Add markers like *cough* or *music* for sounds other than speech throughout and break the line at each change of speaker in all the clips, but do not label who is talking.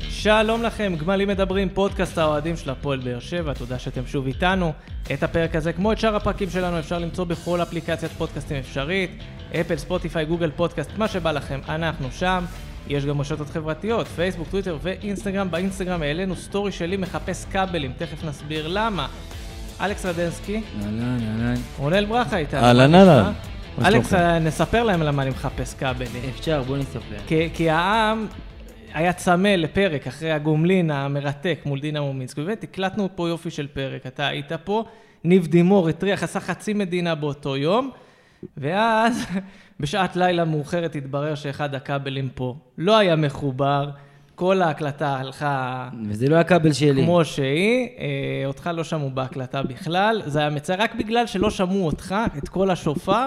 שלום לכם, גמלים מדברים, פודקאסט האוהדים של הפועל באר שבע, תודה שאתם שוב איתנו. את הפרק הזה, כמו את שאר הפרקים שלנו, אפשר למצוא בכל אפליקציית פודקאסטים אפשרית, אפל, ספוטיפיי, גוגל פודקאסט, מה שבא לכם, אנחנו שם. יש גם רשתות חברתיות, פייסבוק, טוויטר ואינסטגרם. באינסטגרם העלינו סטורי שלי מחפש כבלים, תכף נסביר למה. אלכס רדנסקי,
אהלן, אהלן.
רונל ברכה איתנו.
אהלן,
מה נשמע?
אהלן. מה
אלכס,
שלומכם?
נספר להם למה אני מחפש כבלים.
אפשר, בוא נספר.
כי, כי העם היה צמא לפרק אחרי הגומלין המרתק מול דינה מומינסקי. באמת, הקלטנו פה יופי של פרק. אתה היית פה, ניב דימור הטריח, עשה חצי מדינה באותו יום, ואז *laughs* בשעת לילה מאוחרת התברר שאחד הכבלים פה לא היה מחובר, כל ההקלטה הלכה...
וזה לא הכבל שלי.
כמו שהיא, אה, אותך לא שמעו בהקלטה בכלל, זה היה מצער, רק בגלל שלא שמעו אותך, את כל השופר,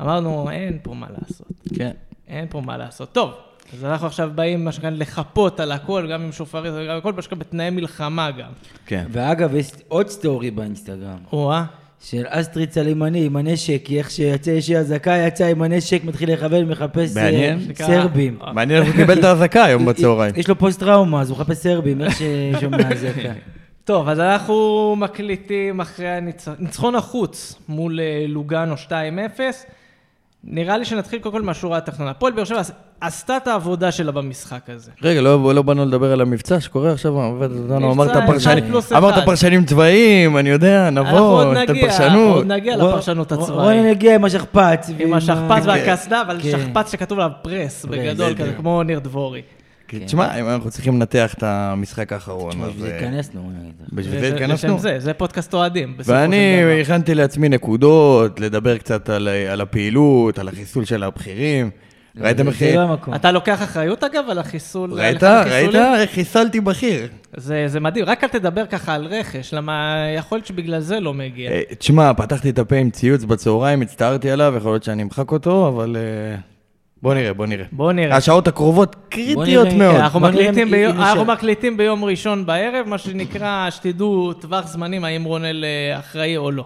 אמרנו, אין פה מה לעשות.
כן.
אין פה מה לעשות. טוב, אז אנחנו עכשיו באים, מה שנקרא, לחפות על הכל, גם עם שופרית, וגם הכל, מה שנקרא, בתנאי מלחמה גם.
כן.
ואגב, יש עוד סטורי באינסטגרם,
או-אה.
של אסטריץ על ימני עם הנשק, כי איך שיצא אישי אזעקה, יצא עם הנשק, מתחיל לכוון, מחפש אה,
מעניין.
סרבים. אה,
מעניין איך הוא קיבל את האזעקה *laughs* היום בצהריים.
יש לו פוסט טראומה, אז הוא מחפש סרבים, איך
*laughs*
ששומע אזעקה.
טוב, אז אנחנו מקליטים אחרי הניצ- ניצחון החוץ מול אה, לוגאנו 2-0. נראה לי שנתחיל קודם כל מהשורה התחתונה. הפועל באר שבע עש- עשתה את העבודה שלה במשחק הזה.
רגע, לא לא באנו לדבר על המבצע שקורה עכשיו, עובד אותנו,
מבצע
אמרת
אחד
פרשנים,
פלוס אחד.
אמרת פרשנים צבאיים, אני יודע,
אנחנו עוד
נבוא, ניתן
נגיע,
פרשנות.
עוד נגיע
רון-
לפרשנות
רון-
הצבאית.
רוני נגיע עם השכפ"ץ.
עם
אה,
השכפ"ץ והקסדה, אבל
כן.
שכפ"ץ שכתוב עליו פרס, בגדול, כזה,
בדיוק.
כמו ניר דבורי.
כי תשמע, אם אנחנו צריכים לנתח את המשחק האחרון,
בשביל
אז...
זה
אה,
התכנסנו, רוני, אני אגיד לך.
זה-
בשביל זה התכנסנו.
לשם זה, זה פודקאסט אוהדים. בסופו של
ואני
דבר.
הכנתי לעצמי נקודות, לדבר קצת על אה, על הפעילות, על החיסול של הבכירים. ראיתם איך...
זה לא המקום.
אתה לוקח אחריות אגב על החיסול?
ראית?
על החיסולים?
ראית איך חיסלתי בכיר?
זה, זה מדהים, רק אל תדבר ככה על רכש, למה יכול להיות שבגלל זה לא מגיע.
אה, תשמע, פתחתי את הפה עם ציוץ בצהריים, הצטערתי עליו, יכול להיות שאני אמחק אותו, אבל... אה, בוא נראה, בוא נראה.
בואו נראה.
השעות הקרובות קריטיות
נראה,
מאוד.
כן, אנחנו
בוא נראה
מקליטים
אם-
ביום-
אם נשאר.
אנחנו מקליטים ביום ראשון בערב, מה שנקרא, שתדעו טווח זמנים האם רונל אה, אחראי או לא.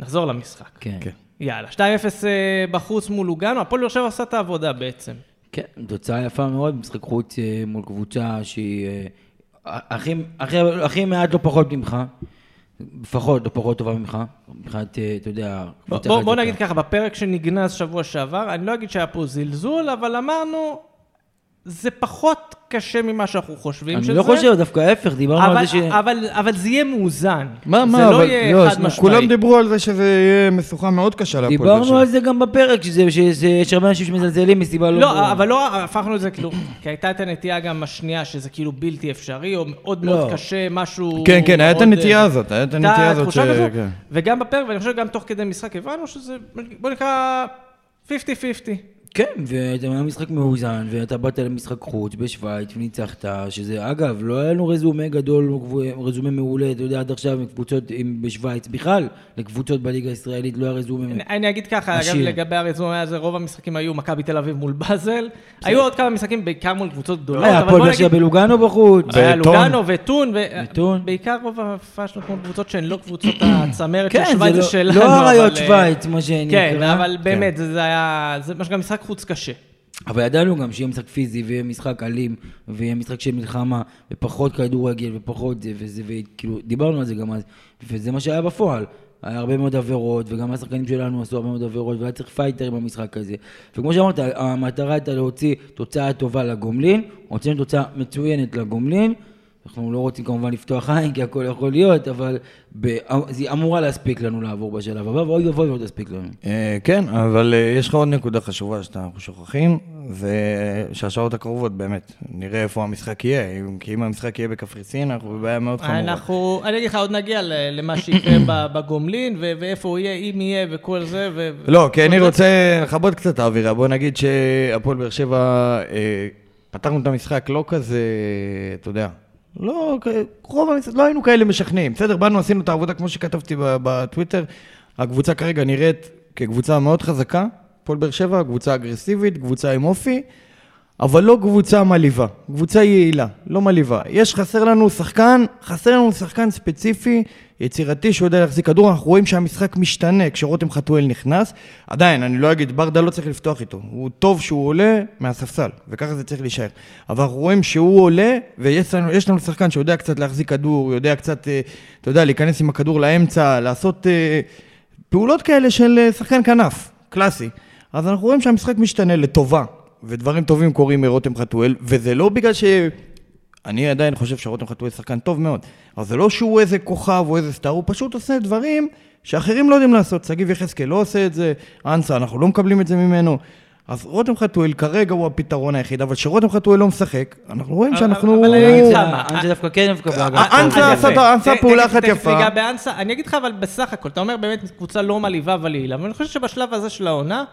נחזור למשחק.
כן.
כן.
יאללה, 2-0 אה, בחוץ מול לוגאנו, הפועל באר שבע עשה את העבודה בעצם.
כן, תוצאה יפה מאוד, משחק חוץ אה, מול קבוצה שהיא אה, הכי, הכי, הכי מעט לא פחות ממך, לפחות לא פחות טובה ממך, מבחינת, אה, אתה יודע,
בוא,
קבוצה
בוא, בוא
חזקה.
נגיד ככה, בפרק שנגנז שבוע שעבר, אני לא אגיד שהיה פה זלזול, אבל אמרנו, זה פחות קשה ממה שאנחנו חושבים שזה.
אני לא חושב, דווקא ההפך, דיברנו
אבל,
על זה ש...
אבל, אבל זה יהיה מאוזן.
לא מה, מה,
זה לא
אבל...
יהיה
לא,
חד
שמע,
משמעי.
כולם דיברו על זה שזה יהיה משוכה מאוד קשה להפועל באר
דיברנו
שבע.
על זה גם בפרק, שזה- שזה- שיש הרבה אנשים שמזלזלים מסיבה לא
לא,
ברורה.
אבל לא הפכנו את זה כאילו, כי הייתה את הנטייה גם השנייה, שזה כאילו בלתי אפשרי, או מאוד מאוד
לא.
קשה, משהו...
כן, כן, היה את
מאוד,
הנטייה
אה,
הזאת, היה את
הייתה
הנטייה הזאת
תחושה
ש-
כזו,
כן.
וגם בפרק, ואני חושב שגם תוך כדי משחק הבנו שזה, בוא נקרא 50-50.
כן, וזה היה משחק מאוזן, ואתה באת למשחק חוץ בשוויץ וניצחת, שזה אגב, לא היה לנו רזומה גדול, רזומה מעולה, אתה יודע, עד עכשיו עם קבוצות עם- בשוויץ, בכלל, לקבוצות בליגה הישראלית לא היה רזומה.
אני- אני אגיד ככה, אגב,
עשיר.
לגבי הרזומה הזה, רוב המשחקים היו מכבי תל אביב מול באזל. היו עוד כמה משחקים, בעיקר מול קבוצות גדולות,
היה
לא, אבל
הפועל
בוא
באר שבע
נגיד...
בלוגאנו בחוץ.
היה
וטון.
לוגאנו וטון, ו-
וטון.
בעיקר רוב הפאשלות מול קבוצות שהן לא קבוצות הצמרת של
כן,
שווייץ
זה
זה
לא-
שלנו.
לא
אבל,
אריות
אה,
שווייץ, מה שנקרא.
כן, אבל באמת, זה זה היה... זה מה שגם משחק חוץ קשה.
אבל ידענו גם שיהיה משחק פיזי, ויהיה משחק אלים, ויהיה משחק של מלחמה, ופחות כדורגל, ופחות זה וזה, וכאילו, דיברנו על זה גם אז, וזה מה שהיה בפועל. היה הרבה מאוד עבירות, וגם השחקנים שלנו עשו הרבה מאוד עבירות, והיה צריך פייטרים במשחק הזה. וכמו שאמרת, המטרה הייתה להוציא תוצאה טובה לגומלין, הוצאנו תוצאה מצוינת לגומלין. אנחנו לא רוצים כמובן לפתוח עין, כי הכל יכול להיות, אבל ב... זה אמורה להספיק לנו לעבור בשלב הבא, ואוי ואבוי לא תספיק לנו.
אה, כן, אבל אה, יש לך עוד נקודה חשובה שאנחנו שוכחים, זה שהשעות הקרובות, באמת, נראה איפה המשחק יהיה. אם- כי אם המשחק יהיה בקפריסין, אנחנו בבעיה מאוד
אה,
חמורה.
אנחנו... אני אגיד לך, עוד נגיע ל- למה שיקרה
*coughs*
ב- בגומלין, ו- ואיפה הוא יהיה, אם יהיה, וכל זה, ו...
לא, כי אני רוצה לכבות קצת את האווירה. בוא נגיד שהפועל באר שבע, אה, פתחנו את המשחק לא כזה, אתה יודע, לא, כ- רוב המשחק, לא היינו כאלה משכנעים. בסדר, באנו, עשינו את העבודה כמו שכתבתי ב- בטוויטר. הקבוצה כרגע נראית כקבוצה מאוד חזקה, הפועל באר שבע, קבוצה אגרסיבית, קבוצה עם אופי. אבל לא קבוצה מלאיבה, קבוצה יעילה, לא מלאיבה. יש, חסר לנו שחקן, חסר לנו שחקן ספציפי, יצירתי, שיודע להחזיק כדור, אנחנו רואים שהמשחק משתנה כשרותם חתואל נכנס. עדיין, אני לא אגיד, ברדה לא צריך לפתוח איתו, הוא טוב שהוא עולה מהספסל, וככה זה צריך להישאר. אבל אנחנו רואים שהוא עולה, ויש לנו, יש לנו שחקן שיודע קצת להחזיק כדור, יודע קצת, אה, אתה יודע, להיכנס עם הכדור לאמצע, לעשות... אה, פעולות כאלה של אה, שחקן כנף, קלאסי. אז אנחנו רואים שהמשחק משתנה לטובה, ודברים טובים קורים מרותם חתואל, וזה לא בגלל ש... אני עדיין חושב שרותם חתואל שחקן טוב מאוד, אבל זה לא שהוא איזה כוכב או איזה סטאר, הוא פשוט עושה דברים שאחרים לא יודעים לעשות. שגיב יחזקאל לא עושה את זה, אנסה, אנחנו לא מקבלים את זה ממנו. אז רותם חתואל כרגע הוא הפתרון היחיד, אבל כשרותם חתואל לא משחק, אנחנו רואים
אבל-
שאנחנו...
אבל אני אגיד לך מה,
אנסה דווקא כן דווקא בהגנה.
אה, אנסה
טוב.
אז
עשה
יפה.
את ה- אנסה
תכף-
פעולה
תכף-
אחת
תכף
יפה.
ניגע באנסה, אני אגיד לך אבל בסך הכל, אתה אומר באמת קבוצה לא מלהיבה אבל יעילה, אבל אני חושב שבשלב הזה של העונה,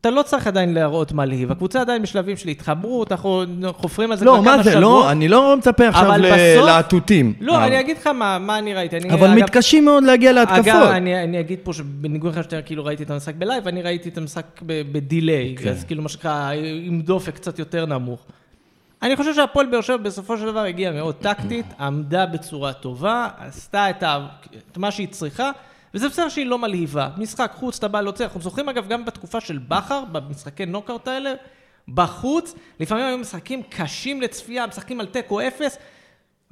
אתה לא צריך עדיין להראות מלהיב, הקבוצה עדיין בשלבים של התחברות, אנחנו חופרים על זה כבר
לא,
כמה שבועות.
מה זה, לא, אני לא מצפה עכשיו
אבל
ל-
בסוף-
להטוטים.
לא, אני אגיד לך מה מה אני ראיתי. אני,
אבל
אגב-
מתקשים מאוד להגיע להתקפות.
אגב, אני, אני אגיד פה שבניגוד לך שאתה כאילו ראיתי את המשחק בלייב, אני ראיתי את המשחק ב- בדיליי,
כן.
okay. אז כאילו מה שנקרא, עם דופק קצת יותר נמוך. אני חושב שהפועל באר שבע בסופו של דבר הגיעה מאוד טקטית, עמדה בצורה טובה, עשתה את, ה... את מה שהיא צריכה, וזה בסדר שהיא לא מלהיבה. משחק חוץ, אתה בא להוציא, אנחנו זוכרים אגב גם בתקופה של בכר, במשחקי נוקאוט האלה, בחוץ, לפעמים היו משחקים קשים לצפייה, משחקים על תיקו אפס,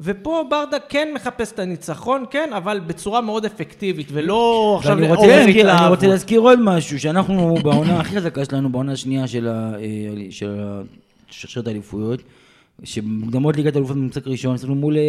ופה ברדה כן מחפש את הניצחון, כן, אבל בצורה מאוד אפקטיבית, ולא עכשיו
ואני רוצה
לאור
להזכיר- אני
התלהבות.
רוצה להזכיר עוד משהו, שאנחנו בעונה הכי חזקה שלנו, בעונה השנייה של ה- אה, של ה- שרשרת האליפויות, שמוקדמות ליגת האלופות במשחק ראשון, עשינו מול אה,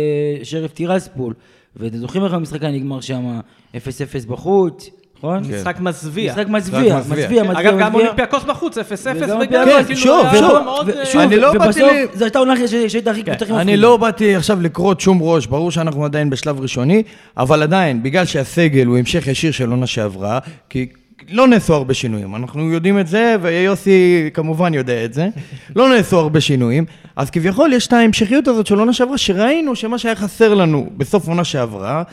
שריף טירספול, ואתם זוכרים איך המשחק היה נגמר שם 0-0 בחוץ, נכון?
משחק מזוויע.
משחק מזוויע,
כן. משחק
מזוויע,
מזוויע.
מזוויע,
אגב, גם
מזוויע.
אולימפיאקוס בחוץ, 0-0,
וגם-
וגם...
כן,
כאילו,
שוב,
היה
שוב.
מאוד,
ו-
אה, כן.
שוב,
אני לא באתי
ובסוף
ל-
זו הייתה עונה הכי- שהייתה הכי פתחים
אני לא באתי עכשיו לקרות שום ראש, ברור שאנחנו עדיין בשלב ראשוני, אבל עדיין, בגלל שהסגל הוא המשך ישיר של עונה שעברה, כי לא נעשו הרבה שינויים, אנחנו יודעים את זה, ויוסי כמובן יודע את זה, לא נעשו הרבה שינויים, אז כביכול יש את ההמשכיות הזאת של עונה שעברה, שראינו שמה שהיה חסר לנו בסוף עונה שעברה,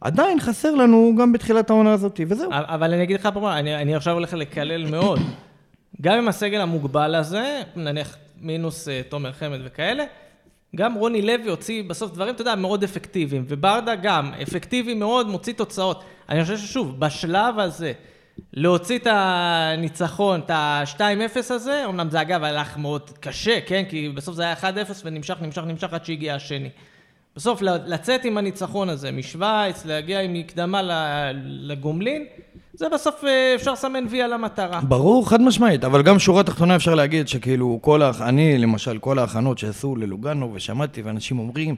עדיין חסר לנו גם בתחילת העונה הזאת, וזהו.
אבל אני אגיד לך פה, אני, אני עכשיו הולך לקלל מאוד. גם עם הסגל המוגבל הזה, נניח מינוס אה, תומר חמד וכאלה, גם רוני לוי הוציא בסוף דברים, אתה יודע, מאוד אפקטיביים. וברדה גם, אפקטיבי מאוד, מוציא תוצאות. אני חושב ששוב, בשלב הזה, להוציא את הניצחון, את ה-2-0 הזה, אמנם זה אגב הלך מאוד קשה, כן? כי בסוף זה היה 1-0 ונמשך, נמשך, נמשך עד שהגיע השני. בסוף ל- לצאת עם הניצחון הזה משוויץ, להגיע עם מקדמה ל- לגומלין, זה בסוף אה, אפשר לסמן וי על המטרה.
ברור, חד משמעית, אבל גם שורה תחתונה אפשר להגיד שכאילו כל ההכ... אני למשל, כל ההכנות שעשו ללוגנו ושמעתי ואנשים אומרים,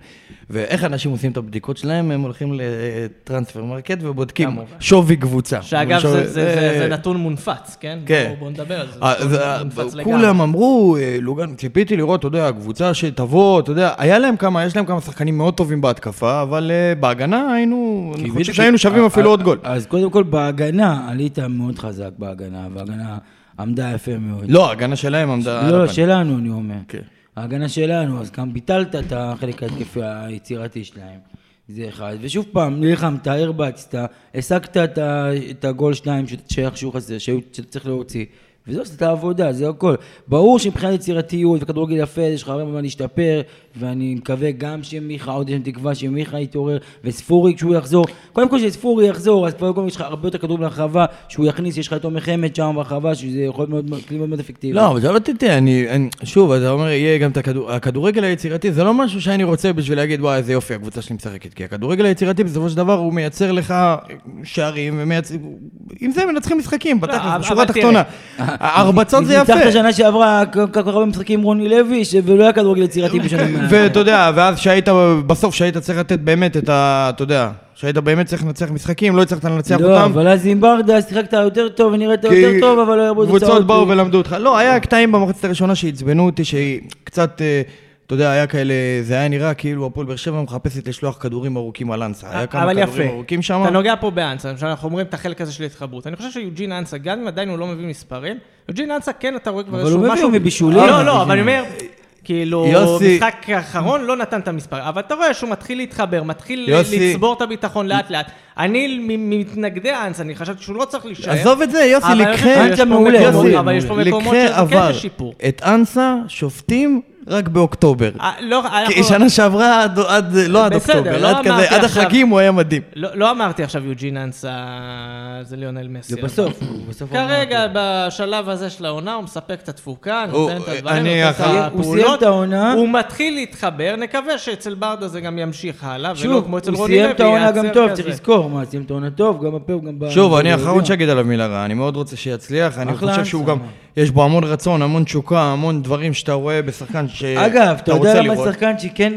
ואיך אנשים עושים את הבדיקות שלהם, הם הולכים לטרנספר מרקט ובודקים
כמובן.
שווי קבוצה.
שאגב,
שווי-
זה, זה, זה, זה נתון מונפץ, כן?
אה, כן.
בואו בוא נדבר על זה.
אה,
זה
זה-
נתון מונפץ לגמרי.
כולם אמרו, אה, לוגן, ציפיתי לראות, אתה יודע, קבוצה שתבוא, אתה יודע, היה להם כמה, יש להם כמה שחקנים מאוד טובים בהתקפה, אבל אה, בהגנה היינו, אני חושב שהיינו שווים
אה,
אפילו עוד גול.
אז קודם כל בהגנה, עלית מאוד חזק בהגנה, וההגנה עמדה יפה מאוד.
לא, ההגנה שלהם עמדה... על
אה. לא, לא,
הפנים.
שלנו, אני אומר.
כן.
ההגנה שלנו, אז גם ביטלת את החלק ההתקפי היצירתי שלהם. זה אחד. ושוב פעם, נלחמת, הרבצת, השגת את ה- את הגול שניים ששייך שהוא חסר, שהיו- שצריך להוציא. וזו עשית העבודה, זה הכל. ברור שמבחינת יצירתיות וכדורגל יפה, יש לך הרבה מה להשתפר, ואני מקווה גם שמיכה, עוד יש לי תקווה שמיכה יתעורר, וספורי כשהוא יחזור. קודם כל כשספורי יחזור, אז כבר קודם כל יש לך הרבה יותר כדור ברחבה, שהוא יכניס, יש לך את עומר חמד שם ברחבה, שזה יכול להיות מאוד- כלי מאוד מאוד אפקטיבי.
לא, אבל זה לא תטעה, אני, אני... שוב, אתה אומר, יהיה גם את הכדור... הכדורגל היצירתי, זה לא משהו שאני רוצה בשביל להגיד, וואי, איזה יופי, הקבוצה שלי משחקת. כי הכדורגל היצירתי, בסופו של דבר, הוא מייצר לך שערים, ומייצר... עם זה מנצחים משחקים, בתכלס,
לא, אבל-
בשורה
אבל תראה.
התחתונה. ההרבצות זה יפה.
ניצחת שנה שעברה כל כך הרבה משחקים עם רוני לוי, ש- ולא היה כדורגל
לא,
יצירתי בשנה.
ואתה יודע, ואז שהיית, בסוף שהיית צריך לתת באמת את ה... אתה יודע, שהיית באמת צריך לנצח משחקים, לא הצלחת לנצח
לא,
אותם.
אבל אז עם ברדה שיחקת יותר טוב ונראית
כי
יותר טוב, אבל לא היה בו
קבוצות באו ולמדו אותך. לא, היה קטעים במחצית הראשונה שעצבנו אותי, שהיא קצת, אה, אתה יודע, היה כאלה, זה היה נראה כאילו הפועל באר שבע מחפשת לשלוח כדורים ארוכים על אנסה. היה כמה
אבל
כדורים
יפה,
ארוכים
אתה לא-
שם.
נוגע פה באנסה, למשל אנחנו אומרים את החלק הזה של התחברות. אני חושב שיוג'ין אנסה, גם אם עדיין הוא לא מביא מספרים, יוג'ין אנסה כן, אתה רואה כבר
אבל
איזשהו
הוא
משהו...
מביא, הוא מבישולים.
לא, לא,
אה,
אבל אני אומר, כאילו,
יוסי-
משחק האחרון לא נתן את המספר, אבל אתה רואה שהוא מתחיל להתחבר, מתחיל
יוסי-
לצבור את הביטחון לאט לאט. אני מ- ממתנגדי האנס, אני חשבתי שהוא לא צריך להישאר.
עזוב את זה, יוסי,
אבל אני
לקחי...
חושב
אנסה
שיש פה
מעולה,
מקומות-
יוסי,
אבל יש פה מקומות
לקחי
שזה כן
עבר.
לשיפור.
את אנסה שופטים רק באוקטובר.
אה, לא,
כי
אנחנו-
שנה שעברה עד, עד לא עד
בסדר,
אוקטובר,
לא
עד,
אמרתי
כזה, עד
עכשיו-
החגים הוא היה מדהים.
לא לא אמרתי עכשיו יוג'ין אנסה, זה ליונל מסי.
זה
אבל-
בסוף, הוא בסוף... הוא אמר-
כרגע, בשלב הזה של העונה, הוא מספק את התפוקה,
הוא-
נותן את הדברים,
אני
נותן את
אחר-
הפעולות.
הוא סיים את העונה.
הוא מתחיל להתחבר, נקווה שאצל ברדה זה גם ימשיך הלאה, ולא
שוב,
כמו
הוא
אצל רוני לוי,
סיים את העונה גם
ייעצר
טוב,
כזה.
צריך לזכור, מה, סיים את העונה טוב, גם בפרק, גם ב...
שוב, אני
בגביע.
האחרון שאגיד עליו מילה רעה, אני מאוד רוצה שיצליח, אני
אחלה
חושב שהוא
אנסה.
גם, יש בו המון רצון, המון תשוקה, המון דברים שאתה רואה בשחקן שאתה רוצה
אגב,
לראות.
אתה יודע למה שחקן שכן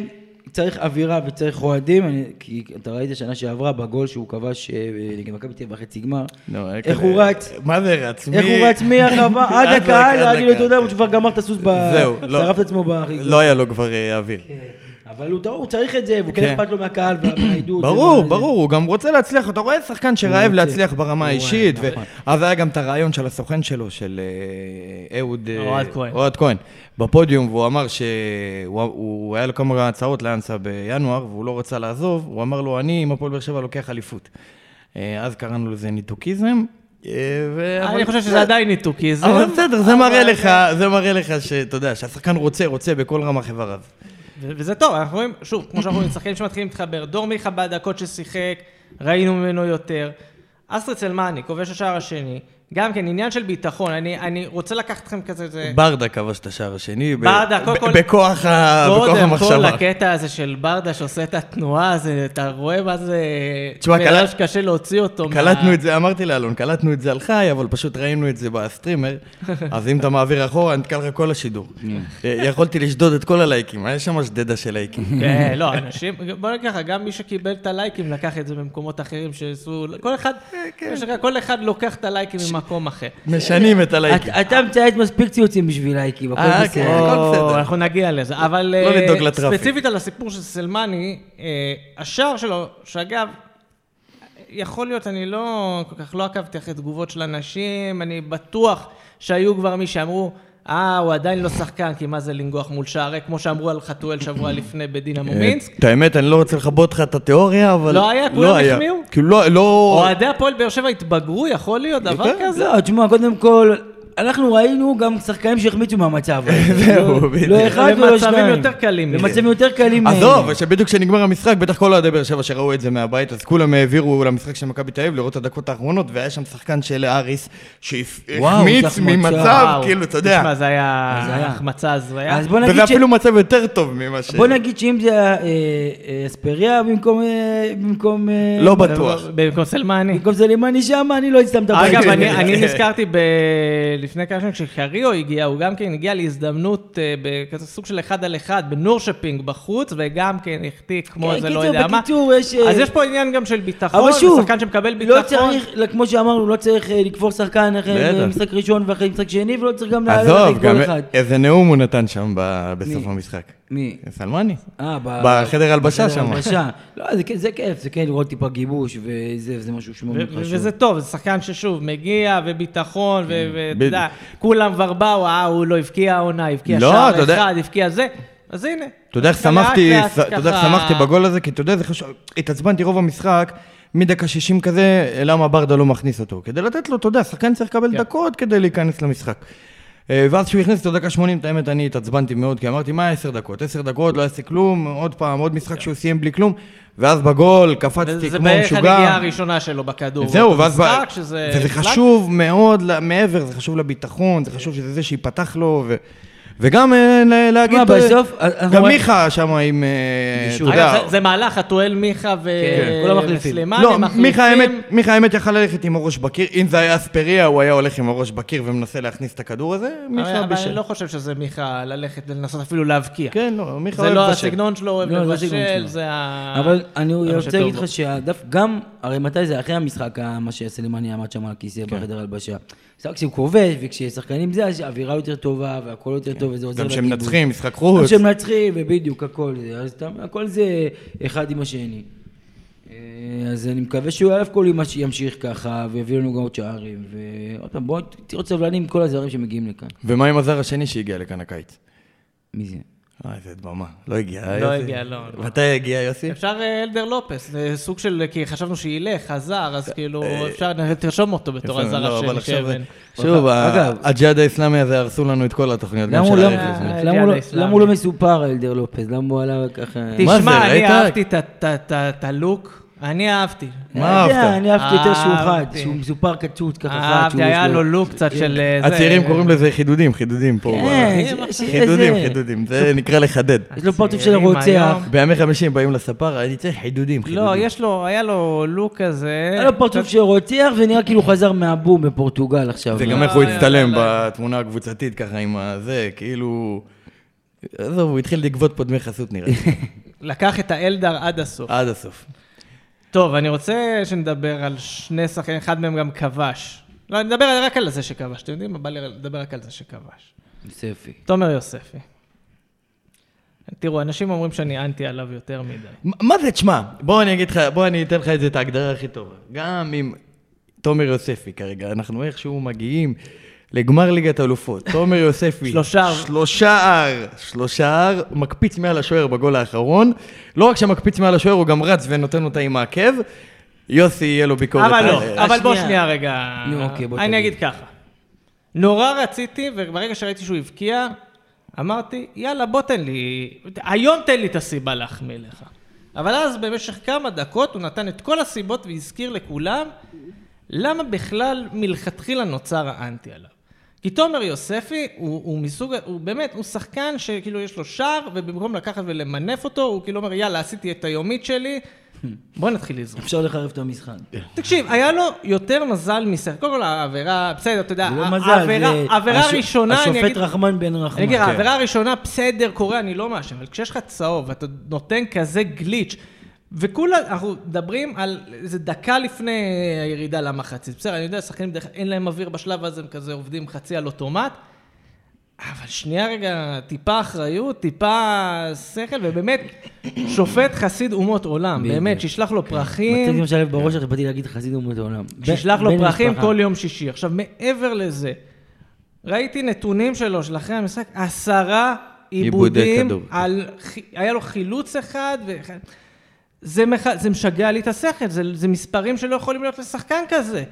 צריך אווירה וצריך אוהדים, אני- כי אתה ראית שנה שעברה בגול שהוא כבש אה, נגד מכבי תל אביב בחצי גמר,
לא,
איך
כזה-
הוא רץ?
מה זה רץ?
איך
מי-
הוא רץ
*laughs*
מהחווה עד הקהל, להגיד לו תודה, הוא כבר גמר את הסוס, ב-
זהו, לא.
שרף את עצמו בחגגה.
לא היה לו כבר אה, אוויר.
אבל הוא- הוא צריך את זה, והוא
כן.
כן אכפת לו מהקהל
*clears throat*
והעידוד.
ברור,
ומה-
ברור, הוא גם רוצה להצליח, אתה רואה שחקן שרעב
רוצה.
להצליח ברמה
הוא
האישית,
רעב, נכון.
ואז היה גם את הרעיון של הסוכן שלו, של אה, אהוד... אה,
אוהד כהן.
אוהד כהן, בפודיום, והוא אמר שהוא הוא- היה לו כמה הצעות לאנסה בינואר, והוא לא רצה לעזוב, הוא אמר לו, אני עם הפועל באר שבע לוקח אליפות. אה, אז קראנו לזה ניתוקיזם. אה, ו- אבל-
אני חושב שזה עדיין ניתוקיזם.
אבל בסדר, זה מראה
אבל-
לך, זה מראה לך שאתה יודע, שהשחקן רוצה, רוצה בכל רמ"ח איבריו.
ו- וזה טוב, אנחנו רואים, שוב, כמו שאנחנו רואים, שחקנים שמתחילים להתחבר, דור מיכה בדקות ששיחק, ראינו ממנו יותר. אסטרי צלמני, כובש השער השני, גם כן עניין של ביטחון, אני, אני רוצה לקחת אתכם כזה, זה...
ברדה כבש את השער השני, ב-
ברדה, קודם
ב-
כל-
בכוח ה- בכוח
קודם כל
אה, המחשבה.
הקטע הזה של ברדה שעושה את התנועה, זה, אתה רואה מה זה...
תשמע,
בן אדם
קלט-
שקשה להוציא אותו.
קלטנו
מה...
את זה, אמרתי לאלון, קלטנו את זה על חי, אבל פשוט ראינו את זה
*laughs*
בסטרימר, אז אם אתה מעביר אחורה, נתקע לך כל השידור.
כן.
אה, יכולתי לשדוד את כל הלייקים, היה שם שדדה של לייקים.
כן, לא, אנשים, בוא נגיד ככה, גם מי שקיבל את הלייקים לקח את זה ממקומות אחרים שעשו, כל אחד,
אה, כן.
יש לך- כל אחד לוקח את הלייקים ממקום אחר.
משנים את הלייקים.
את- אתה מצייץ מספיק ציוצים בשביל לייקים, הכל
אה,
בסדר.
כן. הכל בסדר.
או, אנחנו נגיע לזה, אבל
לא
אה,
לדאוג לטראפיק.
ספציפית על הסיפור של סלמני, אה, השער שלו, שאגב, יכול להיות, אני לא, כל כך לא עקבתי אחרי תגובות של אנשים, אני בטוח שהיו כבר מי שאמרו, אה, הוא עדיין לא שחקן, כי מה זה לנגוח מול שער ריק, כמו שאמרו על חתואל שבוע לפני
אה,
בדינמו מינסק.
את האמת, אני לא רוצה לכבות לך את התיאוריה, אבל...
לא היה? כולם החמיאו?
כאילו, לא- לא...
אוהדי הפועל באר שבע התבגרו, יכול להיות דבר
יותר?
כזה?
לא, תשמע, קודם כל, אנחנו ראינו גם שחקנים שהחמיצו מהמצב. הזה.
*laughs* זהו,
לא-
בדיוק.
לא אחד ולא
למצבים
שניים.
יותר קלים מזה.
למצבים יותר קלים.
עזוב,
מהם.
שבדיוק כשנגמר המשחק, בטח כל אוהדי באר שבע שראו את זה מהבית, אז כולם העבירו למשחק של מכבי תל אביב לראות את הדקות האחרונות, והיה שם שחקן של אריס,
וואו,
שהחמיץ
שחמט
ממצב,
שער.
וואו,
כאילו, אתה יודע.
תשמע, זה היה
זה היה.
החמצה הזויה.
אז בוא
וזה
נגיד ש...
אפילו מצב יותר טוב ממה ש...
בוא נגיד שאם זה היה, אה, אה, אספריה במקום... אה, במקום... אה,
לא בטוח.
במקום סלמני.
במקום זלימני שם, אני לא הייתי שם את הבית.
אוקיי.
אגב, אני,
*laughs*
*laughs*
אני נזכרתי ב... לפני כמה שנים, כשקריו הגיע, הוא גם כן הגיע להזדמנות אה, בכזה סוג של אחד על אחד, בנורשפינג בחוץ, וגם כן החטיא כמו
כן,
איזה לא
קיצור,
יודע מה.
בקיצור, יש, אה,
אז יש פה עניין גם של ביטחון,
אבל שוב,
ושחקן שמקבל ביטחון.
לא צריך, לא, כמו שאמרנו, לא צריך אה, לקבור שחקן
בטח.
אחרי אה, משחק ראשון ואחרי משחק שני, ולא צריך גם לעלות
עזוב,
לקבור
גם אה,
אחד.
איזה נאום הוא נתן שם ב- בסוף
מי?
המשחק.
מי?
סלמני.
אה, ב-
בחדר הלבשה
בחדר
שם.
הלבשה. לא, זה כן- זה כיף, זה כן לראות טיפה גיבוש, וזה זה משהו שמאוד
ו-
מאוד
ו-
חשוב.
וזה טוב, זה שחקן ששוב, מגיע, וביטחון, ו- ואתה יודע,
כן, בדיוק.
כולם כבר באו, אה, הוא לא הבקיע העונה, הבקיע
לא,
שער
אתה יודע-
אחד, הבקיע זה, אז הנה.
אתה יודע איך
לאט לאט
שמחתי, אתה יודע איך
ככה-
שמחתי בגול הזה, כי אתה יודע, זה חשוב, התעצבנתי רוב המשחק, מדקה 60 כזה, למה ברדה לא מכניס אותו? כדי לתת לו, אתה יודע, שחקן צריך לקבל
כן.
דקות כדי להיכנס למשחק. אה, ואז כשהוא הכניס אותו דקה 80, את האמת, אני התעצבנתי מאוד, כי אמרתי, מה 10 דקות? 10 דקות, לא יעשה כלום, עוד פעם, עוד משחק שהוא סיים בלי כלום, ואז בגול קפצתי
וזה
כמו
כן. בערך הנגיעה
משוגע.
הראשונה שלו בכדור.
זהו, ואז... ב-
במשחק, שזה...
וזה חשוב מאוד ל- מעבר, זה חשוב לביטחון, זה חשוב שזה זה שייפתח לו, ו... וגם אה, ל- להגיד...
מה,
אתה יודע,
בסוף, אה, אנחנו
גם
רק-
מיכה שם עם... אה, אתה
בישול.
יודע...
אגב, זה- זה מהלך, חתואל מיכה ו...
כן, כל המחליפים.
וסלימני
לא,
מחליפים.
מיכה האמת, מיכה האמת יכל ללכת עם הראש בקיר, אם זה היה אספריה, הוא היה הולך עם הראש בקיר ומנסה להכניס את הכדור הזה, מיכה
אבל
בישל.
אני לא חושב שזה מיכה ללכת ולנסות אפילו להבקיע.
כן, לא, מיכה
זה
אוהב
לא
בשל.
הסגנון שלו, אוהב
לא, זה הסגנון
לבשל,
שלו.
זה ה...
אבל אני
זה מה
רוצה
שטוב לא?
להגיד
בו.
לך שהדף גם, הרי מתי זה? אחרי המשחק, ה- מה שסלימני עמד שם על הכיסא
כן.
בחדר הלבשה. זה רק כשהוא כובש, וכששחקנים זה, אז האווירה יותר טובה, והכל יותר
כן.
טוב, וזה עוזר
גם
לכיבוש.
כשהם מנצחים, משחק חוץ.
גם כשהם מנצחים, ובדיוק, הכל זה. אז אתה- הכל זה אחד עם השני. אה, אז אני מקווה שהוא אלף כל יום ימשיך ככה, ויביא לנו גם עוד שערים. ועוד פעם, בואו תהיו סבלנים עם כל הזרים שמגיעים לכאן.
ומה עם הזר השני שהגיע לכאן הקיץ?
מי זה?
אה, איזה דממה. לא הגיע,
לא
יוסי.
הגיע, לא, לא.
מתי הגיע, יוסי?
אפשר אה, אלדר לופס, זה סוג של, כי חשבנו שילך, חזר, אז כאילו, אפשר, תרשום אותו בתור כן.
יפה,
הזרה
לא, אבל
של
עכשיו זה-
קרן.
שוב, ה-
אגב-
הג'יהאד האיסלאמי הזה הרסו לנו את כל התוכניות. גם
למה הוא
של
לא-
האפס.
אה,
למה הוא לא-
האסלאמי.
למה הוא לא מסופר, אלדר לופז? למה הוא עלה ככה...
אה,
מה זה,
תשמע, אני
ראית?
אהבתי את ה- את ה- את ה- את הלוק, אני אהבתי.
אני
מה
אה, יודע,
אהבת?
אני אהבתי יותר שהוא חד,
אה, אהבתי.
שהוא מסופר קצוץ ככה חד.
אהבתי,
שהוא-
היה
שהוא-
לו לוק קצת של... אה, זה-
הצעירים קוראים לזה חידודים, חידודים פה.
כן,
ב-
ש- ש-
חידודים,
איזה-
חידודים, זה נקרא לחדד.
יש לו פרצוף של
הצעירים
רוצח.
לא היום.
בימי חמישי הם באים לספר, אני צריך חידודים, חידודים.
לא, יש לו, היה לו לוק כזה.
היה לו פרצוף של רוצח ונראה כאילו הוא חזר מהבום בפורטוגל עכשיו. לא?
זה גם איך הוא הצטלם בתמונה הקבוצתית ככה עם הזה, כאילו... עזוב, הוא התחיל לגבות פה דמי חסות נראה לי,
לקח את האלדר עד הסוף.
עד הסוף.
טוב, אני רוצה שנדבר על שני שחקנים, אחד מהם גם כבש. לא, נדבר רק על זה שכבש, אתם יודעים מה? בא לי לדבר רק על זה שכבש.
ספי.
תומר יוספי. תראו, אנשים אומרים שאני אנטי עליו יותר מדי.
מ- מה זה, תשמע, בוא אני אגיד לך, בוא אני אתן לך את זה, את ההגדרה הכי טובה. גם עם תומר יוספי כרגע, אנחנו איכשהו מגיעים לגמר ליגת אלופות. תומר
*laughs*
יוספי.
שלושה.
שלושה אר. שלושה אר, מקפיץ מעל השוער בגול האחרון. לא רק שמקפיץ מעל השוער, הוא גם רץ ונותן אותה עם העקב. יוסי, יהיה לו ביקורת.
אבל
על-
לא, אבל בוא
השנייה.
שנייה רגע.
אה, נו, אוקיי, בוא
אני
תגיד.
אגיד ככה. נורא רציתי, וברגע שראיתי שהוא הבקיע, אמרתי, יאללה, בוא תן לי, היום תן לי את הסיבה להחמיא לך. אבל אז במשך כמה דקות הוא נתן את כל הסיבות והזכיר לכולם למה בכלל מלכתחילה נוצר האנטי עליו. כי תומר יוספי הוא, הוא מסוג, הוא באמת, הוא שחקן שכאילו יש לו שער, ובמקום לקחת ולמנף אותו, הוא כאילו אומר, יאללה, עשיתי את היומית
*laughs*
שלי, בוא נתחיל לזרום.
אפשר לחרב את המשחק.
תקשיב, היה לו יותר מזל מסר. קודם כל העבירה, בסדר, אתה יודע,
זה לא
ה-
מזל,
העבירה-
זה
העבירה
הש-
הראשונה, אני אגיד...
השופט רחמן בן רחמן.
אני אגיד,
כן.
העבירה הראשונה, בסדר, קורה, אני לא מאשים, אבל כשיש לך צהוב ואתה נותן כזה גליץ', וכולה, אנחנו מדברים על איזה דקה לפני הירידה למחצית. בסדר, אני יודע, שחקנים בדרך כלל אין להם אוויר בשלב הזה, הם כזה עובדים חצי על אוטומט. אבל שנייה רגע, טיפה אחריות, טיפה שכל, ובאמת, שופט חסיד אומות עולם,
בדיוק. כן.
באמת, שישלח לו פרחים.
מצאתי משלב בראש, עכשיו באתי להגיד חסיד אומות העולם.
כן. שישלח
בן-
לו
בן
פרחים
משפחה.
כל יום שישי. עכשיו, מעבר לזה, ראיתי נתונים שלו של אחרי המשחק, עשרה
עיבודי
עיבודים,
כדור.
על... חי- היה לו חילוץ אחד, ו... זה, מח... זה משגע לי את השכל, זה, זה מספרים שלא יכולים להיות לשחקן כזה.